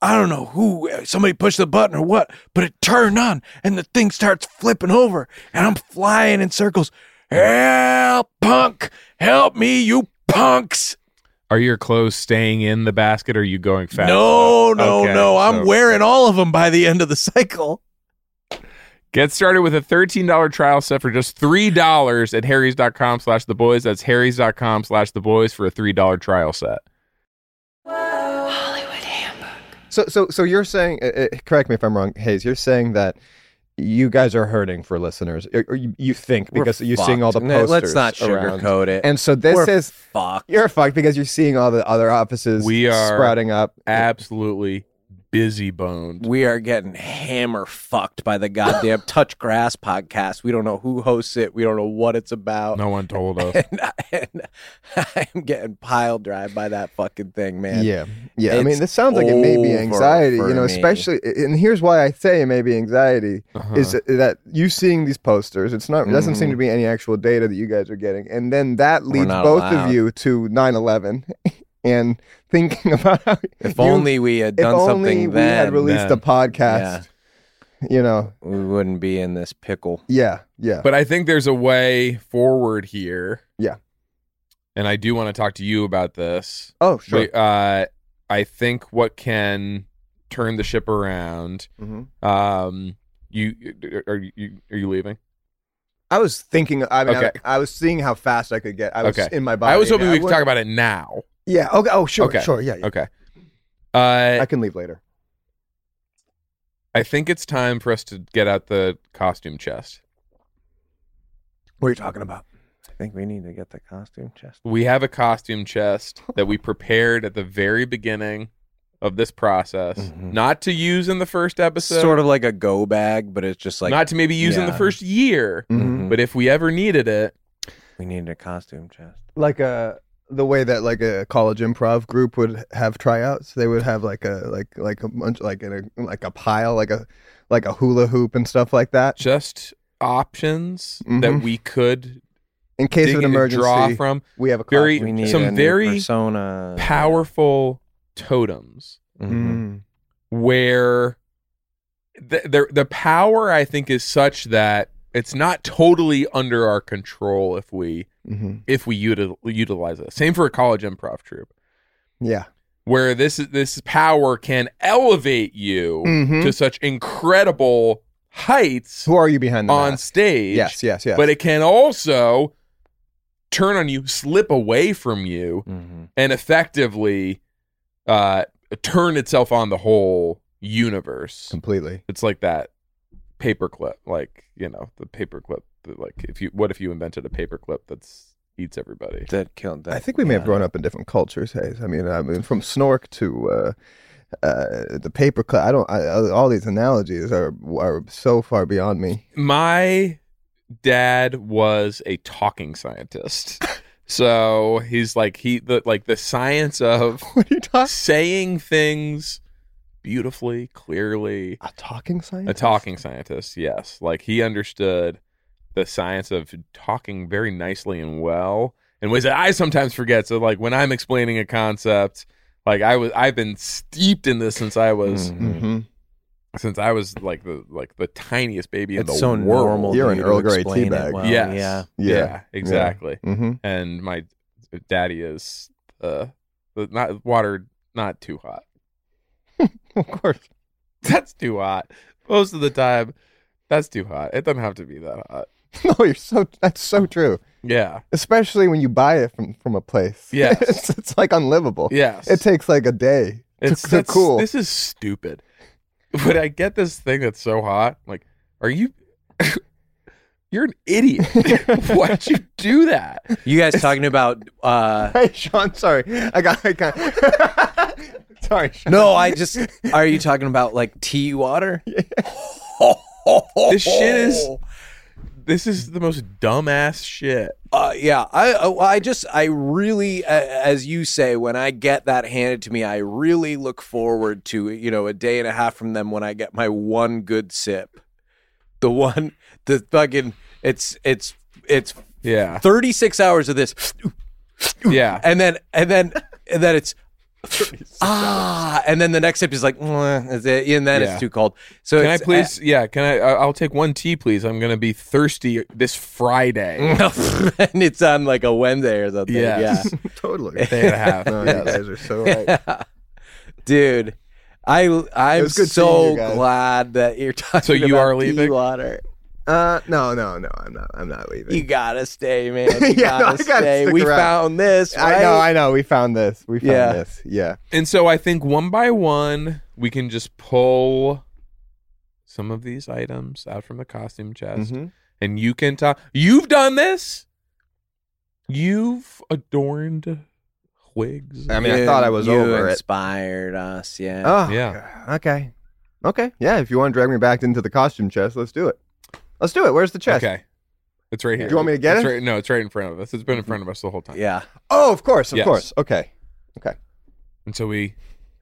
I don't know who, somebody pushed the button or what, but it turned on and the thing starts flipping over and I'm flying in circles. Help, punk! Help me, you punks! Are your clothes staying in the basket? Or are you going fast? Oh, No, no, Okay, no. I'm so- wearing all of them by the end of the cycle. Get started with a $13 trial set for just $3 at harrys.com slash the boys. That's harrys.com slash the boys for a $3 trial set. So, so, so you're saying? Uh, uh, correct me if I'm wrong, Hayes. You're saying that you guys are hurting for listeners, or, or you, you think We're because you're seeing all the fucked. No, posters. Let's not around. sugarcoat it. And so this We're is fucked. you're fucked because you're seeing all the other offices We are sprouting up. Absolutely busy boned. We are getting hammer fucked by the (laughs) goddamn Touch Grass podcast. We don't know who hosts it. We don't know what it's about. No one told (laughs) us. (laughs) And, (laughs) I, am getting pile drive by that fucking thing, man. Yeah, yeah. I mean, It's this sounds like it may be over anxiety. for You know, me. especially. And here's why I say it may be anxiety is that you seeing these posters. It's not. It Doesn't seem to be any actual data that you guys are getting, and then that leads not both allowed. of you to 9/11 (laughs) and thinking (laughs) about how If you- only we had if done only something we then, had released then. a podcast. You know. we wouldn't be in this pickle. Yeah. Yeah. But I think there's a way forward here. Yeah. And I do want to talk to you about this. oh, sure. We- uh, I think what can turn the ship around. Mhm. Um, you are you are you leaving? I was thinking. I mean, Okay. I, I was seeing how fast I could get. I was Okay. in my body. I was hoping and we could would- talk about it now. Yeah. Okay. Oh, sure. Okay. Sure. Yeah. yeah. Okay. Uh, I can leave later. I think it's time for us to get out the costume chest. What are you talking about? I think we need to get the costume chest. We have a costume (laughs) chest that we prepared at the very beginning of this process, Mm-hmm. Mhm. not to use in the first It's episode, sort of like a go bag, but it's just like uh, not to maybe use in the yeah. first year, Mhm. (laughs) Mhm. but if we ever needed it, we need a costume chest. like a the way that like a college improv group would have tryouts they would have like a like like a bunch like in a like a pile like a like a hula hoop and stuff like that just options that Mm-hmm. Mhm. we could in case dig of an and emergency draw from we have a very- We need Some a new very persona. powerful totems costume. Mhm. Mm-hmm. where the, the the power I think is such that it's not totally under our control if we Mhm. if we util- utilize it. Same for a college improv troupe, Yeah. where this this power can elevate you Mhm. to such incredible heights Who are you behind the on mask? stage. Yes, yes, yes. But it can also turn on you, slip away from you, and effectively uh, turn itself on the whole universe. completely. It's like that paperclip, like you know, the paperclip. that, Like if you, what if you invented a paperclip that's eats everybody? That killed that. I think we may have grown up in different cultures, Hayes. I mean, I mean, from Snork to uh, uh, the paperclip. I don't. I, I- all these analogies are are so far beyond me. (laughs) my dad was a talking (laughs) scientist so he's like he the like the science of What are you talking? saying things beautifully clearly A talking science. a talking scientist yes like he understood the science of talking very nicely and well in ways that i sometimes forget so like when i'm explaining a concept like i was i've been steeped in this since i was Mm-hmm. hmm since i was like the like the tiniest baby in the It's so world normal. You're to an you to Earl Grey explain it teabag. well. Yes. Yeah. Yeah. exactly. Mm-hmm. And my daddy is uh not water not too hot. (laughs) Of course. That's too hot. Most of the time that's too hot. It doesn't have to be that hot. (laughs) No, you're so. That's so true. Yeah. Especially when you buy it from from a place. (laughs) Yes. it's, it's like unlivable. Yes. It takes like a day. it's to, to that's- cool. This is stupid. But I get this thing that's so hot. Like, are you (laughs) You're an idiot. (laughs) Why'd you do that? You guys talking about? uh (laughs) Hey, Sean. Sorry, I got. I got. (laughs) sorry, Sean. (laughs) No, I just. Are you talking about like tea water? Oh. This shit (laughs) is this is the most dumbass shit. Uh, yeah, I oh, I just I really, uh, as you say, when I get that handed to me, I really look forward to you know a day and a half from them when I get my one good sip, the one the fucking it's it's it's Yeah. thirty six hours of this, Yeah. and then and then and then it's ah, and then the next sip is like, "Mwah," is it- and then Yeah. it's too cold. So Can I it's- please? yeah, can I? I- I'll take one tea, please. I'm gonna be thirsty this Friday. (laughs) (laughs) and it's on like a Wednesday or something. Yeah. Yes. totally. Day and a half. No, you yes. guys are (laughs) so right. dude. I I'm was good seeing so you guys. glad that you're talking. So you about are tea leaving? Water. Uh, no, no, no. I'm not. I'm not leaving. You gotta stay, (laughs) man. You Yeah, no, gotta I gotta stay. stick We around. found this. I know. right? I know. We found this. We found Yeah. this. Yeah. And so I think one by one we can just pull some of these items out from the costume chest, Mhm. and you can talk. You've done this. You've adorned wigs. I mean, I thought I was you over it. Inspired us, yeah. Oh, Yeah. Okay. Okay. Yeah. If you want to drag me back into the costume chest, let's do it. Let's do it. Where's the chest? Okay, it's right here. Do you want me to get It's it? right- no, it's right in front of us. It's been in front of us the whole time. yeah. Oh, of course. Of Yes. course. Okay. And so we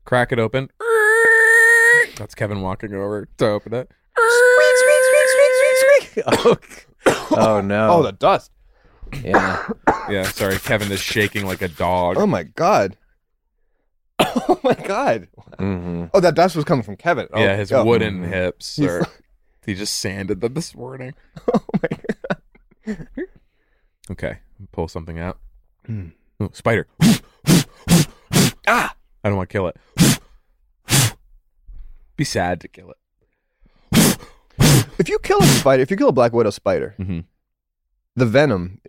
crack it open. That's Kevin walking over to open it. oh, oh, no. Oh, the dust. yeah. Yeah, sorry. Kevin is shaking like a dog. Oh my god. (laughs) oh my god. hmm Oh, that dust was coming from Kevin. Oh, yeah, his oh. wooden hips. He's Are, he just sanded them this morning. (laughs) Oh my god. Okay, pull something out. Hmm. Ooh, spider. (gasps) ah! I don't want to kill it. (sighs) Be sad to kill it. If you kill a spider, if you kill a black widow spider, Mm-hmm. Mhm. the venom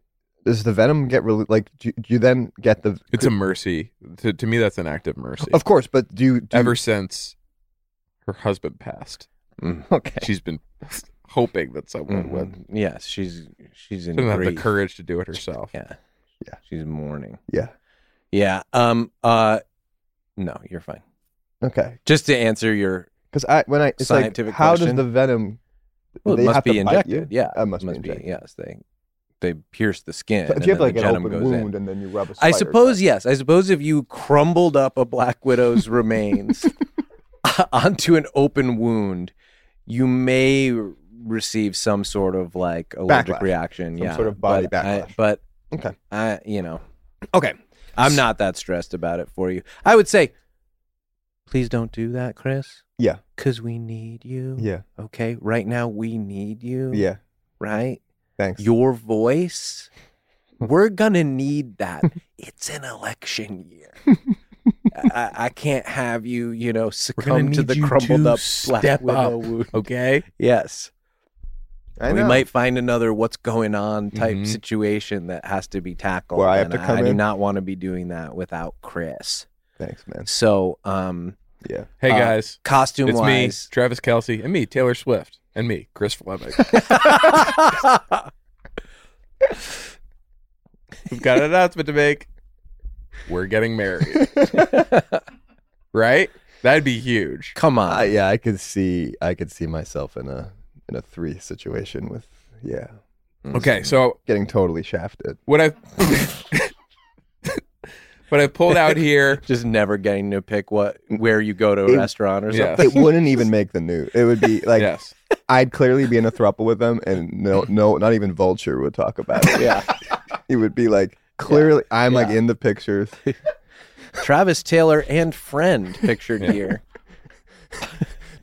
does the venom get really like do, do you then get the It's a mercy. To, to me, that's an act of mercy. Of course, but do you do you- Ever since her husband (laughs) passed, (laughs) Okay. she's been hoping that someone would. Mhm. Yes, she's she's She in Mm-hmm. doesn't have the grief. courage to do it herself. Yeah. Yeah. She's mourning. Yeah. Yeah. Um. Uh. No, you're fine. Okay. Just to answer your Because I when I it's Scientific like how question? does the venom? Well, it they must have to be bite injected. you? Yeah, That must, be be. injected. Yes, they they pierce the skin. So and if you have then like the an venom open goes in. wound and then you rub a I spider's suppose bite. yes. I suppose if you crumbled up a black (laughs) widow's remains (laughs) onto an open wound, you may receive some sort of like allergic Backlash. reaction. Some yeah, sort of body but I- backlash. but Okay. I, you know, Okay. I'm not that stressed about it for you. I would say, please don't do that, Chris. Yeah. Because we need you. Yeah. Okay. Right now, we need you. Yeah. right? Thanks. Your (laughs) voice, we're gonna need that. it's an election (laughs) year. I- I, I can't have you, you know, succumb to need the you crumbled to up black step widow up. wound. Okay. Yes, I we know. Mm-hmm. might find another "what's going on" type Mhm. situation that has to be tackled. Where I have and to come I do in? not want to be doing that without Chris. Thanks, man. So, um, Yeah. Hey Uh, guys, costume it's me, wise, Travis Kelsey, and me, Taylor Swift, and me, Chris Fleming. (laughs) We've got an announcement to make. We're getting married, right? That'd be huge. (laughs) come on. I, yeah, I could see I could see myself in a in a three situation with yeah, Okay, so getting totally shafted. what I (laughs) what I pulled out here. just never getting to pick what where you go to a It- restaurant or Yeah. something. It wouldn't even make the news. It would be like yes. I'd clearly be in a thruple with them, (laughs) and no, no, not even Vulture would talk about it. Yeah. it would be like clearly I'm like in the pictures. (laughs) Travis Taylor and friend pictured here.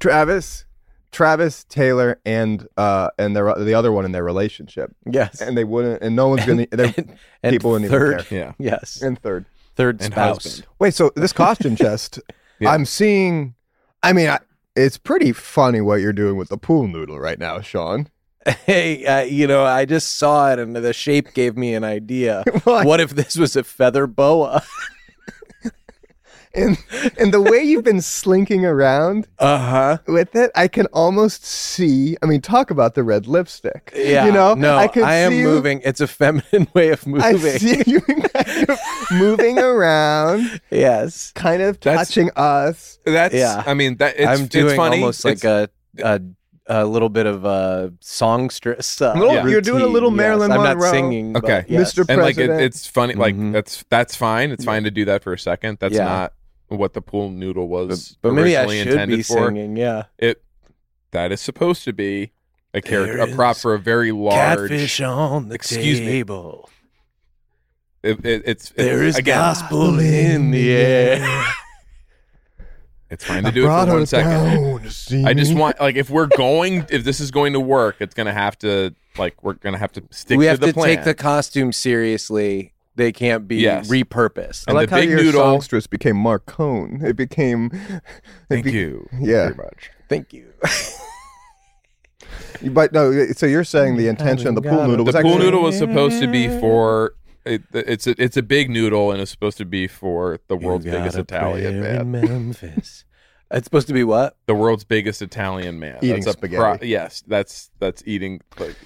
Travis, Travis Taylor, and uh, and their the other one in their relationship, Yes. and they wouldn't, and no one's (laughs) gonna. they're- and, and people wouldn't even third, (laughs) Yeah. Yes. and third, third and spouse. husband. wait, so (laughs) this costume chest, Yeah. I'm seeing. I mean, I, it's pretty funny what you're doing with the pool noodle right now, Sean. (laughs) Hey, uh, you know, I just saw it and the shape gave me an idea. (laughs) What? What if this was a feather (laughs) boa? And and the way you've been slinking around Uh huh. with it, I can almost see. I mean, talk about the red lipstick. Yeah. you know, no, I, can am see you- moving. It's a feminine (laughs) way of moving. (laughs) I see you kind (laughs) of moving around, yes. kind of That's- touching us. That's Yeah. I mean that it's, I'm doing it's funny. almost like It's- a, a a little bit of a songstress. Uh, Little- Yeah. you're doing a little Marilyn yes. I'm Monroe. not singing. Okay. but yes. Mr. and like it, President. it's funny like Mhm. that's that's fine it's fine to do that for a second that's Yeah. not what the pool noodle was But, but maybe I originally should intended be for singing. Yeah. it that is supposed to be a character There a prop is for a very large Catfish on the Excuse me. table. it, it, it's There it's- is again gospel in the (laughs) air. it's fine to do it for one second i just want like if we're going if this is going to work it's gonna have to like we're gonna have to stick we to have the to plan take the costume seriously. They can't be Yes. repurposed. I And like the how big your noodle- songstress became Marcone. It became. it thank be- you Yeah. very much (laughs) Thank you. But no, so you're saying the intention of the pool noodle the was pool actually- noodle was supposed to Mm-hmm. be for it, it's a, it's a big noodle and it's supposed to be for the world's You biggest got a Italian prayer man. in Memphis. it's supposed to be what? The world's biggest Italian man. Eating that's a spaghetti. yes, that's that's eating like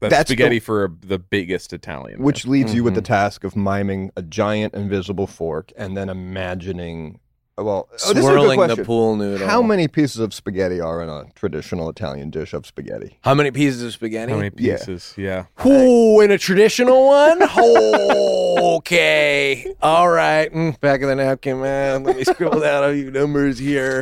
that's, That's the- spaghetti for the biggest Italian. man. Which leaves you with the Mm-hmm. task of miming a giant invisible fork and then imagining. Well, oh, this is a good Swirling the question. pool noodle. How many pieces of spaghetti are in a traditional Italian dish of spaghetti? How many pieces of spaghetti? how many yeah. pieces? Yeah. Ooh, in a traditional one? (laughs) okay. All right. Mm, Back of the napkin, man. Let (laughs) me scribble down a few numbers here.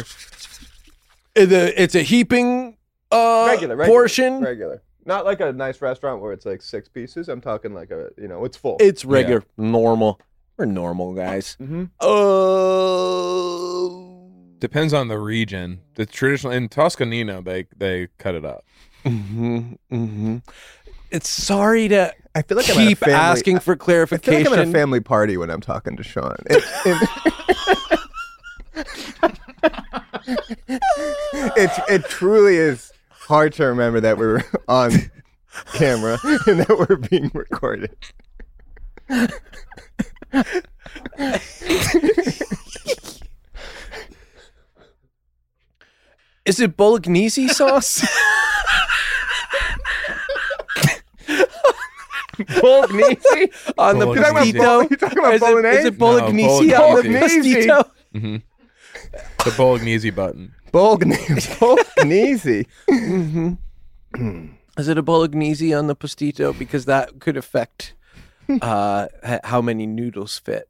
It's a, it's a heaping uh, portion. regular. Not like a nice restaurant where it's like six pieces. I'm talking like a you know it's full. It's regular, normal. We're normal guys. Uh, Mhm. Oh. Depends on the region. The traditional in Toscanino, they they cut it up. Mhm, mhm. It's sorry to I feel like I'm at a keep family- asking for I clarification. feel like I'm at a family party when I'm talking to Sean. It, (laughs) it, it's it truly is hard to remember that we're on camera and that we're being recorded. Is it bolognese sauce? (laughs) bolognese on the Bolognese. pastito? You talking about Is it, is bolognese? it bolognese No, on the bolognese. pastito? The bolognese (laughs) button. Bolognese. Bolognese. (laughs) Is it a (laughs) bolognese on the pastito? Because that could affect uh, h- how many noodles fit.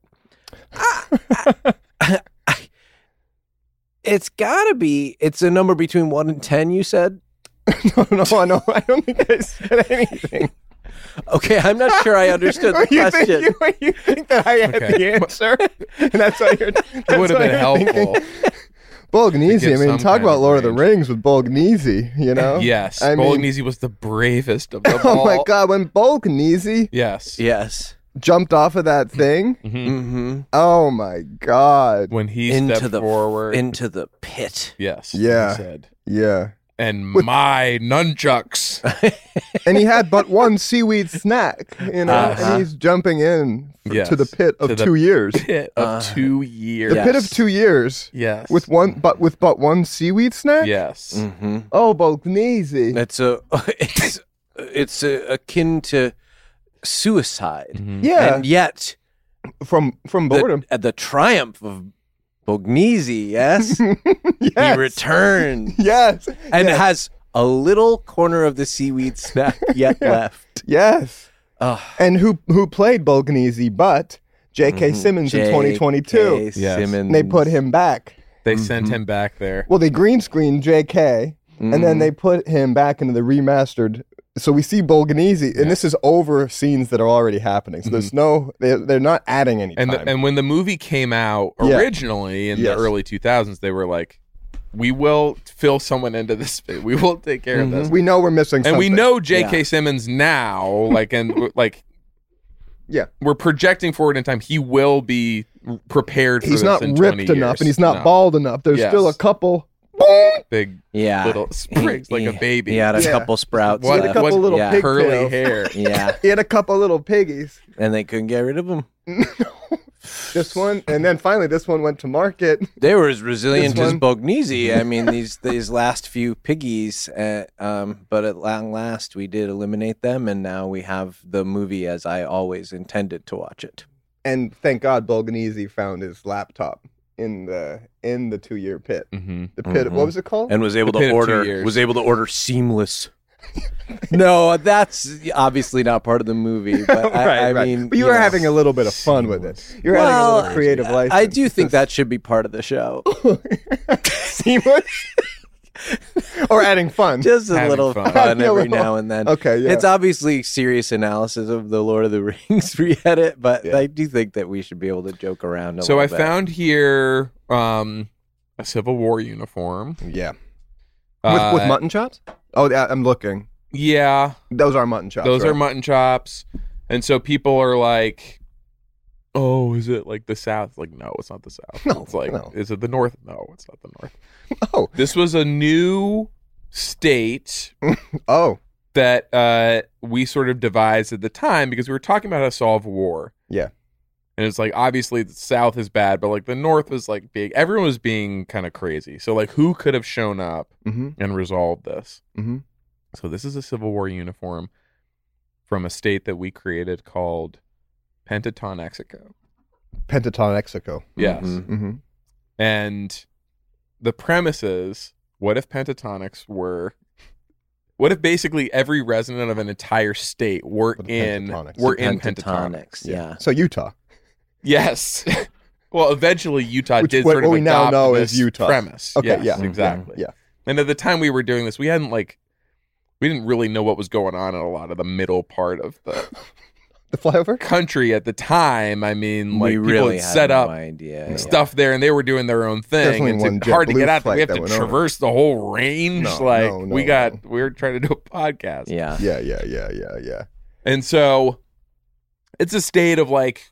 it's gotta be. It's a number between one and ten. You said. no, no, no, I don't think I said anything. Okay, I'm not sure I (laughs) understood the you, question. think, you, you think that I had Okay. (laughs) (laughs) the answer? And that's what you're. It would have been helpful. Bolognese. I mean, some talk kind about of Lord of the range. Rings with Bolognese. You know? (laughs) Yes, I mean- (laughs) Bolognese was the bravest of them Oh my all. god, when Bolognese Yes. Yes. jumped off of that thing. Mhm. Mm-hmm. Oh my god. When he Into stepped the- forward. Into the pit. yes. Yeah. He said, Yeah. and my (laughs) nunchucks. And he had (laughs) but one seaweed snack, you know, Uh-huh. and he's jumping in f- Yes. to the pit of To the two years. Pit of Uh, two years. Uh-huh. The pit of two years Yes. with one but with but one seaweed snack? Yes. Mm-hmm. Oh Bolognese. It's a. (laughs) It's it's a, akin to suicide, Mhm. Yeah. and yet from from boredom. the, uh, the triumph of Bognisi. (laughs) Yes, yes. he (laughs) returned yes. and yes. has a little corner of the seaweed (laughs) snack yet left. yes. Oh, And who who played Bolognese but J.K. Simmons in 2022. Yes. And they put him back. They sent him back there. Well, they green screened J.K. and then they put him back into the remastered. So we see Bolognese, and this is over scenes that are already happening. So there's no, they're, they're not adding any And time. the, and when the movie came out Yeah. originally in Yes. the early 2000s, they were like, "We will fill someone into this. bit. We will take care of this." Mm-hmm. we know we're missing and we something. know J.K. Simmons now, like, and like, Yeah. we're projecting forward in time. He will be prepared. For he's this not in ripped 20 enough years. and he's not No. bald enough. There's Yes. still a couple. Big yeah, little sprigs like a baby. He had a Yeah. couple sprouts. He What- had a left. couple what- little yeah. pigtails. (laughs) curly hair. yeah, He had a couple little piggies. and they couldn't get rid of him. (laughs) This one, and then finally this one went to market. They were as resilient This as one- Bognisi. I mean, these these last few piggies, uh, um, but at long last, we did eliminate them, and now we have the movie as I always intended to watch it. And thank God Bolognese found his laptop in the in the two year pit. hmm The pit. Mhm. What was it called? (laughs) and was able The pit to of two order years. was able to order seamless. no, that's obviously not part of the movie. But I, I mean, but you, were know. having a little bit of fun with it. You're having a Well, little creative I- license. I (laughs) do think that should be part of the show. Seamless. or adding fun. Just a Having little fun. fun, Having a every little- now and then. Okay, yeah. It's obviously serious analysis of the Lord of the (laughs) Rings re-edit, but Yeah. I do think that we should be able to joke around a So I little bit. found here um, a Civil War uniform yeah. With, Uh, with mutton chops? Oh, yeah, I'm looking. Yeah, Those are mutton chops. those right? are mutton chops, and so people are like, "Oh, is it like the South?" Like, no, it's not the South. No, it's like, no. is it the North? No, it's not the North. Oh, This was a new state oh, that uh, we sort of devised at the time because we were talking about how to solve war. Yeah. And it's like obviously the South is bad, but like the North was like big. Everyone was being kind of crazy. So like, who could have shown up? hmm and resolve this. Mhm. So this is a Civil War uniform from a state that we created called Pentatonixico. Pentaton Mexico. Yes. Mhm. hmm And the premise is what if pentatonics were what if basically every resident of an entire state were Were the in pentatonics. were The in pentatonics. pentatonics. Yeah. So Utah. Yes. (laughs) well, eventually Utah Which- did what- sort what of we now adopt know this is Utah. premise. Okay, Yes, yeah. Mhm. exactly. Yeah. And at the time we were doing this, we hadn't like we didn't really know what was going on in a lot of the middle part of the The flyover? country at the time. I mean, like we people really had had set no up idea. yeah. stuff there, and they were doing their own There's thing. only and one It's hard to JetBlue get out. there. We flight have that to went over. traverse the whole range. No, like no, we no, got, no. we were trying to do a podcast. Yeah. Yeah, yeah, yeah, yeah, yeah. And so it's a state of like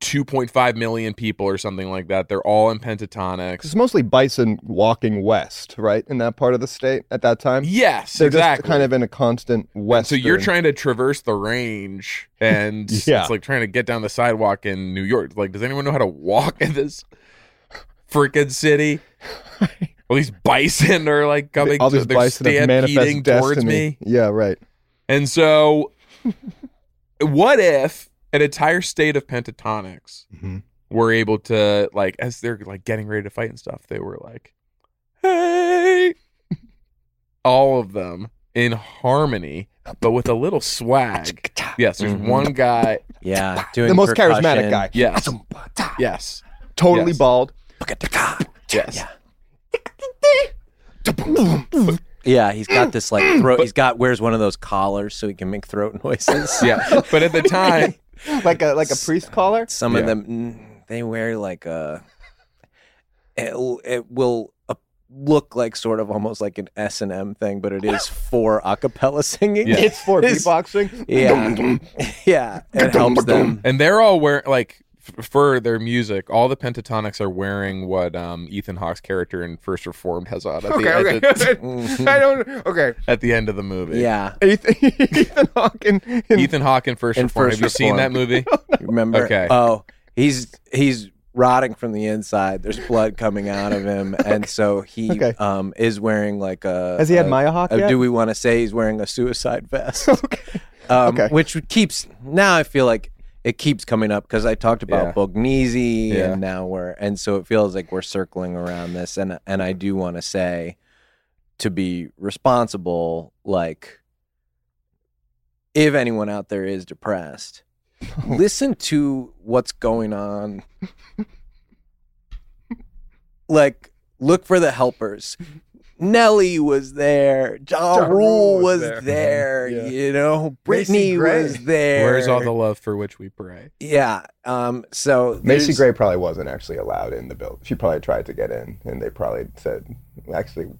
2.5 million people or something like that. They're all in pentatonics. It's mostly bison walking west, right? In that part of the state at that time. Yes, They're exactly. just kind of in a constant west. so you're trying to traverse the range and (laughs) Yeah. it's like trying to get down the sidewalk in New York. Like, does anyone know how to walk in this freaking (laughs) city? All these bison are like coming all to- these they're bison have manifest stampeding towards me. destiny. Yeah, right. And so, what if an entire state of pentatonics Mhm. were able to, like, as they're like getting ready to fight and stuff, they were like, "Hey," (laughs) all of them in harmony, but with a little swag. Yes, there's Mhm. one guy. Yeah. Doing the most percussion. charismatic guy. Yes, yes, Totally Yes. bald. (laughs) yes. Yeah, he's got this like throat. he's got wears one of those collars so he can make (laughs) throat (laughs) noises. Yeah, but at the time, Like a like a priest collar. Some Yeah. of them mm, they wear like a it, will- it will uh, look like sort of almost like an S and M thing, but it is for acapella singing. Yeah. It's for It's- beatboxing. (laughs) Yeah, yeah, it helps them. And they're all wearing like f- for their music, all the pentatonics are wearing what um, Ethan Hawke's character in First Reformed has on at, Okay, the, okay. at, the, (laughs) Mhm. (laughs) I don't. Okay. at the end of the movie. Yeah, Ethan, (laughs) Ethan Hawke in, in- Ethan Hawke in First In Reformed. First Have you seen that Reformed. (laughs) movie? remember? Okay. Oh, he's he's rotting from the inside. There's blood coming out of (laughs) him, and so he Okay. um is wearing like a. Has he had a- Maya Hawke Uh, yet? do we want to say he's wearing a suicide vest? okay. Um, (laughs) Okay. Which keeps now. I feel like it keeps coming up because I talked about Yeah. Bognesi, Yeah. and now we're and so it feels like we're circling around this. And and I do want to say, to be responsible, like if anyone out there is depressed, (laughs) listen to what's going (laughs) on. like look for the helpers. Nelly was there. Ja, Ja Rule Rule was was there. there. (laughs) Yeah. You know, Macy Brittany Gray. was there. Where's all the love for which we pray? Yeah. Um. So Macy there's- Gray probably wasn't actually allowed in the build. She probably tried to get in, and they probably said, "Actually,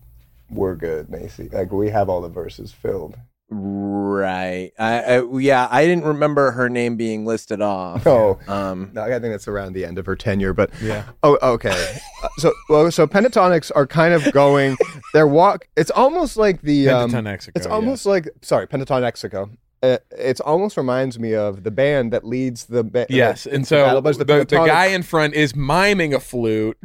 we're good, Macy. Like we have all the verses filled." Right. I, I. Yeah. I didn't remember her name being listed off. Oh. Um. No, I think that's around the end of her tenure, but (laughs) Yeah. Oh, okay. Uh, so, well, so pentatonics are kind of going. Their walk. It's almost like the. Um, Pentatonics. it's almost like sorry, Pentatonics. Uh, it's almost reminds me of the band that leads the. Ba- uh, Yes, the- and the so Battle the, Buds, the, the Pentatonic- guy in front is miming a flute.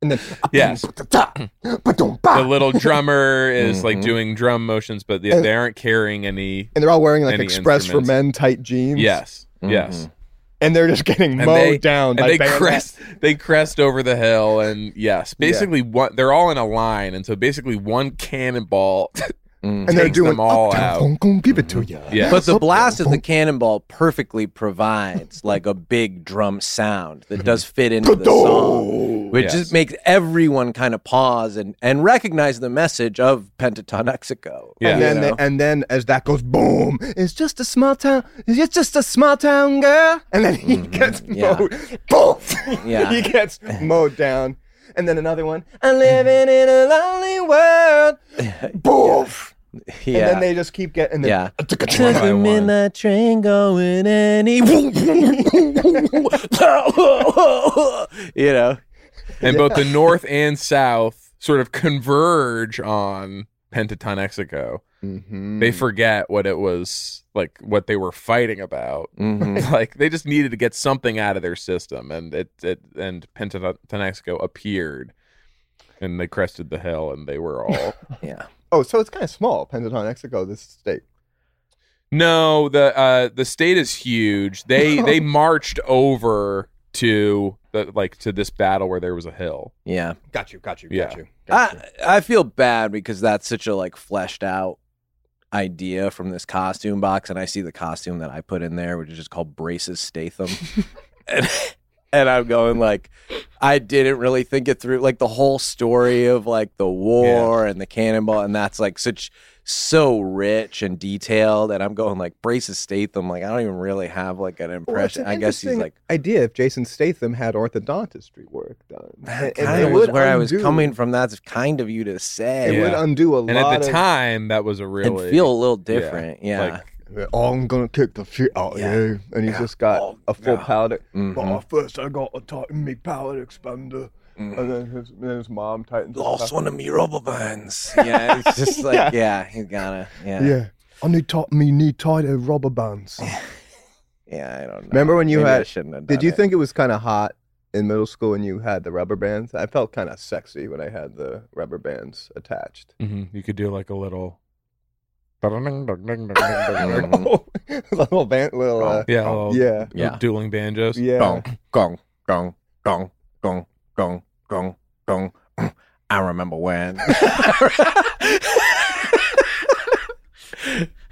And then Yes, the and (laughs) little drummer is like Mhm. doing drum motions, but they, And- they aren't carrying any. they're all wearing like Any Express for instruments. Men tight jeans. Yes, yes. Mhm. and they're just getting And mowed they- down and by they bayonets. crest they crest over the hill and yes Yeah. basically one they're all in a line and so basically one (laughs) cannonball Mm. and they're takes doing them all "Uptown out." Funk, gonna give it to ya. Yeah. But the blast of the cannonball perfectly provides like a big drum sound that does fit into the song, which Yes. just makes everyone kind of pause and, and recognize the message of Pentatonixico. Yeah. and you then know? they- and then as that goes boom, it's just a small town. It's just a small town girl. And then he Mm-hmm. gets yeah. mowed. Boom. (laughs) Yeah. he (laughs) gets mowed down. And then another one. I'm living in a lonely world. Boom. yeah. And then they just keep getting. Then, Yeah. One Took by a one. midnight train going any. you know. and both (laughs) the north and south sort of converge on Pentatonixico. Mhm. They forget what it was like what they were fighting (laughs) about. Mhm. Like they just needed to get something out of their system and it, it and Pentatonixico appeared and they crested the hill and they were all Yeah. Oh, so it's kind of small, Pendleton, Mexico, this state. No, the uh the state is huge. (laughs) They they marched over to the like to this battle where there was a hill. Yeah. Got you, got you, got you. I, I feel bad because that's such a like fleshed out idea from this costume box, and I see the costume that I put in there, which is just called Braces Statham, and and I'm going like, I didn't really think it through, like the whole story of like the war and the cannonball, and that's like such so rich and detailed, and I'm going like Braces Statham, like I don't even really have like an impression. I guess he's like. idea if Jason Statham had orthodontistry work done. That And- and kind it of was would where I was undo- coming from. That's kind of you to It say. Yeah. would undo a lot. And at the of- time that was a and really feel a little different. Yeah. like Oh, I'm gonna kick the shit out of Yeah. you. And he's just got Oh, a full yeah. powder. mm-hmm. Mhm. Oh, first I got to tighten me power expander. And then his, and then his mom tightens Oh, his Lost power- one of me rubber bands. (laughs) yeah, it's just like yeah, he's gotta yeah, yeah. Yeah. I need tight me need tighter rubber bands. I don't know. Remember when you Maybe I had- shouldn't have Did done you it. think it was kind of hot in middle school when you had the rubber bands? I felt kind of sexy when I had the rubber bands attached. mhm, you could do like a little Mhm. (laughs) little band, little, uh, yeah, a little yeah, Yeah. dueling banjos. yeah. Gong, gong, gong, gong, gong, gong, gong, gong. I remember when.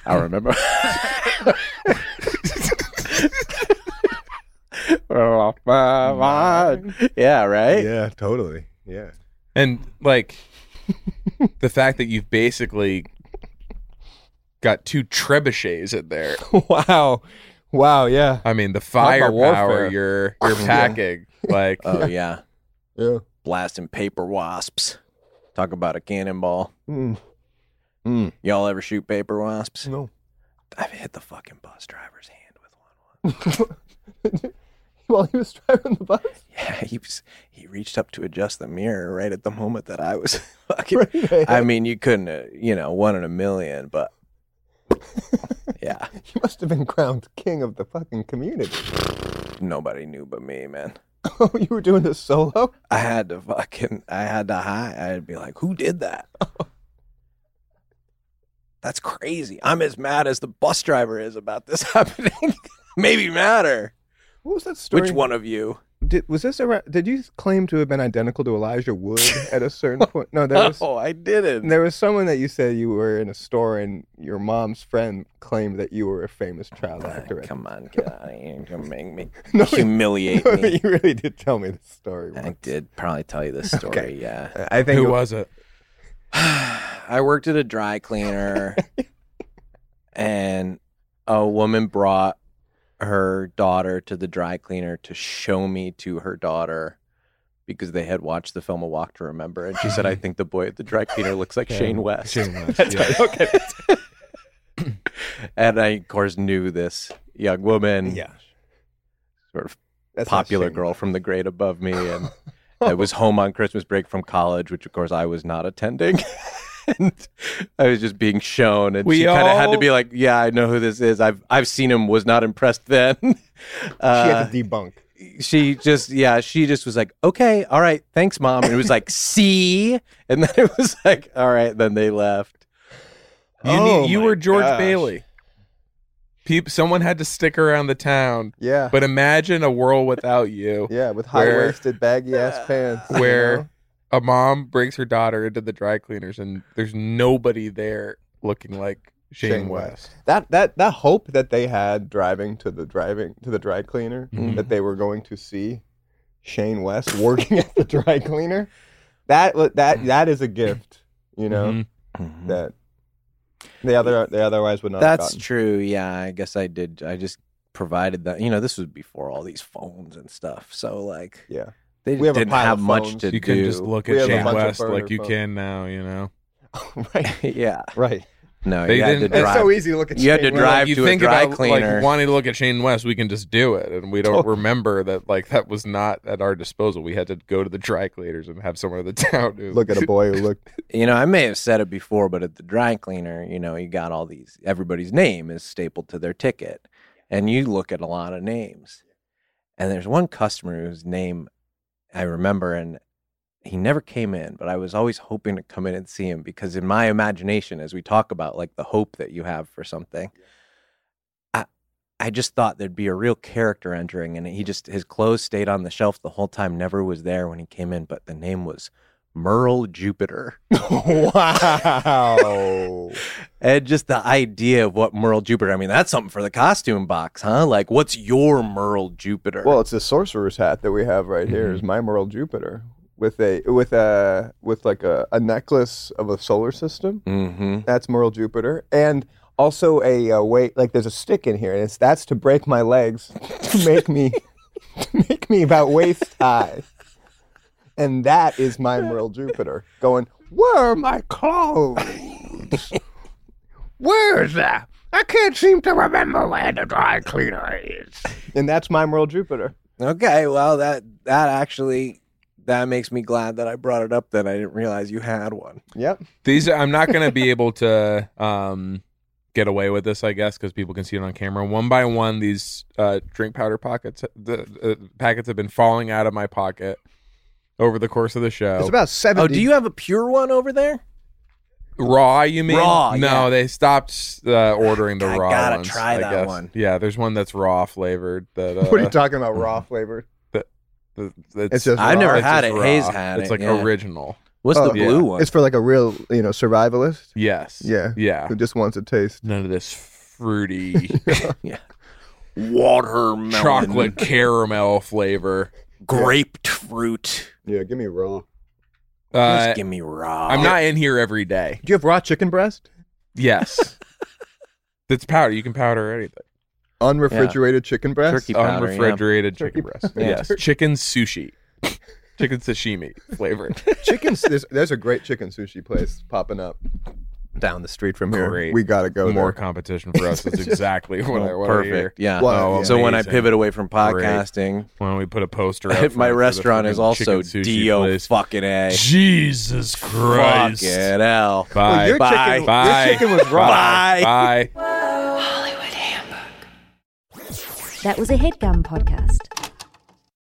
I remember. (laughs) uh, yeah, right? Yeah, totally. Yeah. And like the fact that you've basically got two trebuchets in there. wow. Wow. Yeah. I mean, the about firepower warfare. you're (laughs) you're packing, like Uh, Oh yeah, Yeah. blasting paper wasps. Talk about a cannonball. Mm. Y'all ever shoot paper wasps? No. I've hit the fucking bus driver's hand with one once. (laughs) While he was driving the bus. Yeah, he was, he reached up to adjust the mirror right at the moment that I was (laughs) fucking. I mean, you couldn't, uh, you know, one in a million, (laughs) but yeah, He must have been crowned king of the fucking community. (laughs) nobody knew but me, man. Oh, you were doing this solo? I had to fucking, I had to hide. I'd be like, who did that? (laughs) That's crazy. I'm as mad as the bus driver is about this (laughs) happening. Maybe madder. What was that story? Which one of you? Did, was this around? Did you claim to have been identical to Elijah Wood at (laughs) a certain point? No, there was oh, I didn't. there was someone that you said you were in a store and your mom's friend claimed that you were a famous child Ah, actor. Come on, get out of here. Don't make me (laughs) No, you- humiliate (laughs) No, me. you really did tell me this story. I Once. did probably tell you this story. Yeah. I think who it- (laughs) was it? (sighs) I worked at a dry cleaner and a woman brought her daughter to the dry cleaner to show me to her daughter because they had watched the film A Walk to Remember. And she said, I think the boy at the dry cleaner looks like Shane West. Shane West, That's yeah. right. Okay. (laughs) and I, of course, knew this young woman, Yeah. sort of That's not popular shame. girl from the grade above me. And I was home on Christmas break from college, which, of course, I was not attending. (laughs) and I was just being shown, and We she kind of had to all- be like, "Yeah, I know who this is. I've I've seen him. Was not impressed then." (laughs) She Uh, had to debunk. she just yeah, she just was like, "Okay, all right, thanks, mom." And it was like, (laughs) "See," and then it was like, "All right." Then they left. You, Oh need, you my were George gosh. Bailey. Peop, someone had to stick around the town. Yeah. But imagine a world (laughs) without you, yeah, with high where- waisted, baggy ass pants. you where know? a mom brings her daughter into the dry cleaners and there's nobody there looking like Shane, Shane West. that that that hope that they had driving to the driving to the dry cleaner Mm-hmm. that they were going to see Shane West working at the dry cleaner. That wa- that that is a gift, you know Mm-hmm. Mhm. that they other they otherwise would not. have That's gotten. true. Yeah, I guess I did. I just provided that. You know, this was before all these phones and stuff. So like, (laughs) Yeah, they We have a didn't pile have of much phones. to You do. can just look We at have a Shane bunch of West like burner you phones. can now, you know. (laughs) right, yeah. right. No, They you had to didn't- It's drive. so easy to look at. You had Shane to West. drive you to a think dry about cleaner. like wanting to look at Shane West, we can just do it, and we don't remember that like that was not at our disposal. We had to go to the dry cleaners and have someone in the (laughs) town who Look at a boy who (laughs) looked. (laughs) You know, I may have said it before, but at the dry cleaner, you know, you got all these, everybody's name is stapled to their ticket. And you look at a lot of names. And there's one customer whose name I remember, and he never came in, but I was always hoping to come in and see him because, in my imagination, as we talk about like the hope that you have for something, I, I just thought there'd be a real character entering, and he just, his clothes stayed on the shelf the whole time, never was there when he came in, but the name was Merle Jupiter. wow. And just the idea of what Merle Jupiter, I mean, that's something for the costume box, huh? Like, what's your Merle Jupiter? Well, it's the sorcerer's hat that we have right here. Is my moral Jupiter with a with a with like a, a necklace of a solar system. mm-hmm. That's Merle Jupiter, and also a, uh weight. Like there's a stick in here, and it's that's to break my legs, to make me, (laughs) to make me about waist high. And that is my Merle Jupiter going. Where are my clothes? Where is that? I can't seem to remember where the dry cleaner is. And that's my Merle Jupiter. Okay, well, that that actually that makes me glad that I brought it up. Then I didn't realize you had one. Yep. These I'm not going to be able to um, get away with this, I guess, because people can see it on camera. One by one, these uh, drink powder pockets, the uh, packets have been falling out of my pocket over the course of the show. It's about seventy. Oh, do you have a pure one over there? raw, you mean? Raw, No, yeah. they stopped uh, ordering the I raw. gotta ones, try I that guess. one. Yeah, there's one that's raw flavored. That uh, What are you talking about? Raw flavor? th- that's- It's just I've raw. never it's had just it. Hayes raw. had It's it, like yeah. original. What's Oh, the yeah. blue one? It's for like a real, you know, survivalist Yes. Yeah. Yeah. who just wants a taste. None of this (laughs) fruity watermelon, chocolate caramel flavor. grapefruit. Yeah, give me raw. Uh, Just give me raw. I'm not in here every day. (laughs) Do you have raw chicken breast? Yes. it's powder. You can powder anything. Unrefrigerated chicken breast. Turkey powder. yeah. Unrefrigerated chicken breast. Yeah. Yes. Chicken sushi. (laughs) Chicken sashimi flavor. Chicken. There's, there's a great chicken sushi place popping up down the street from here. Great. We gotta go More there. competition for us. (laughs) That's exactly what I want to hear. Perfect. Yeah. Wow, so when I amazing. pivot away from podcasting, Why don't we put a poster up? (laughs) my for the restaurant is fucking also chicken sushi do place? fucking a. Jesus Christ. Fucking hell. Bye. your Bye. chicken- your Bye. chicken was raw. Bye. Bye. That was a headgum podcast.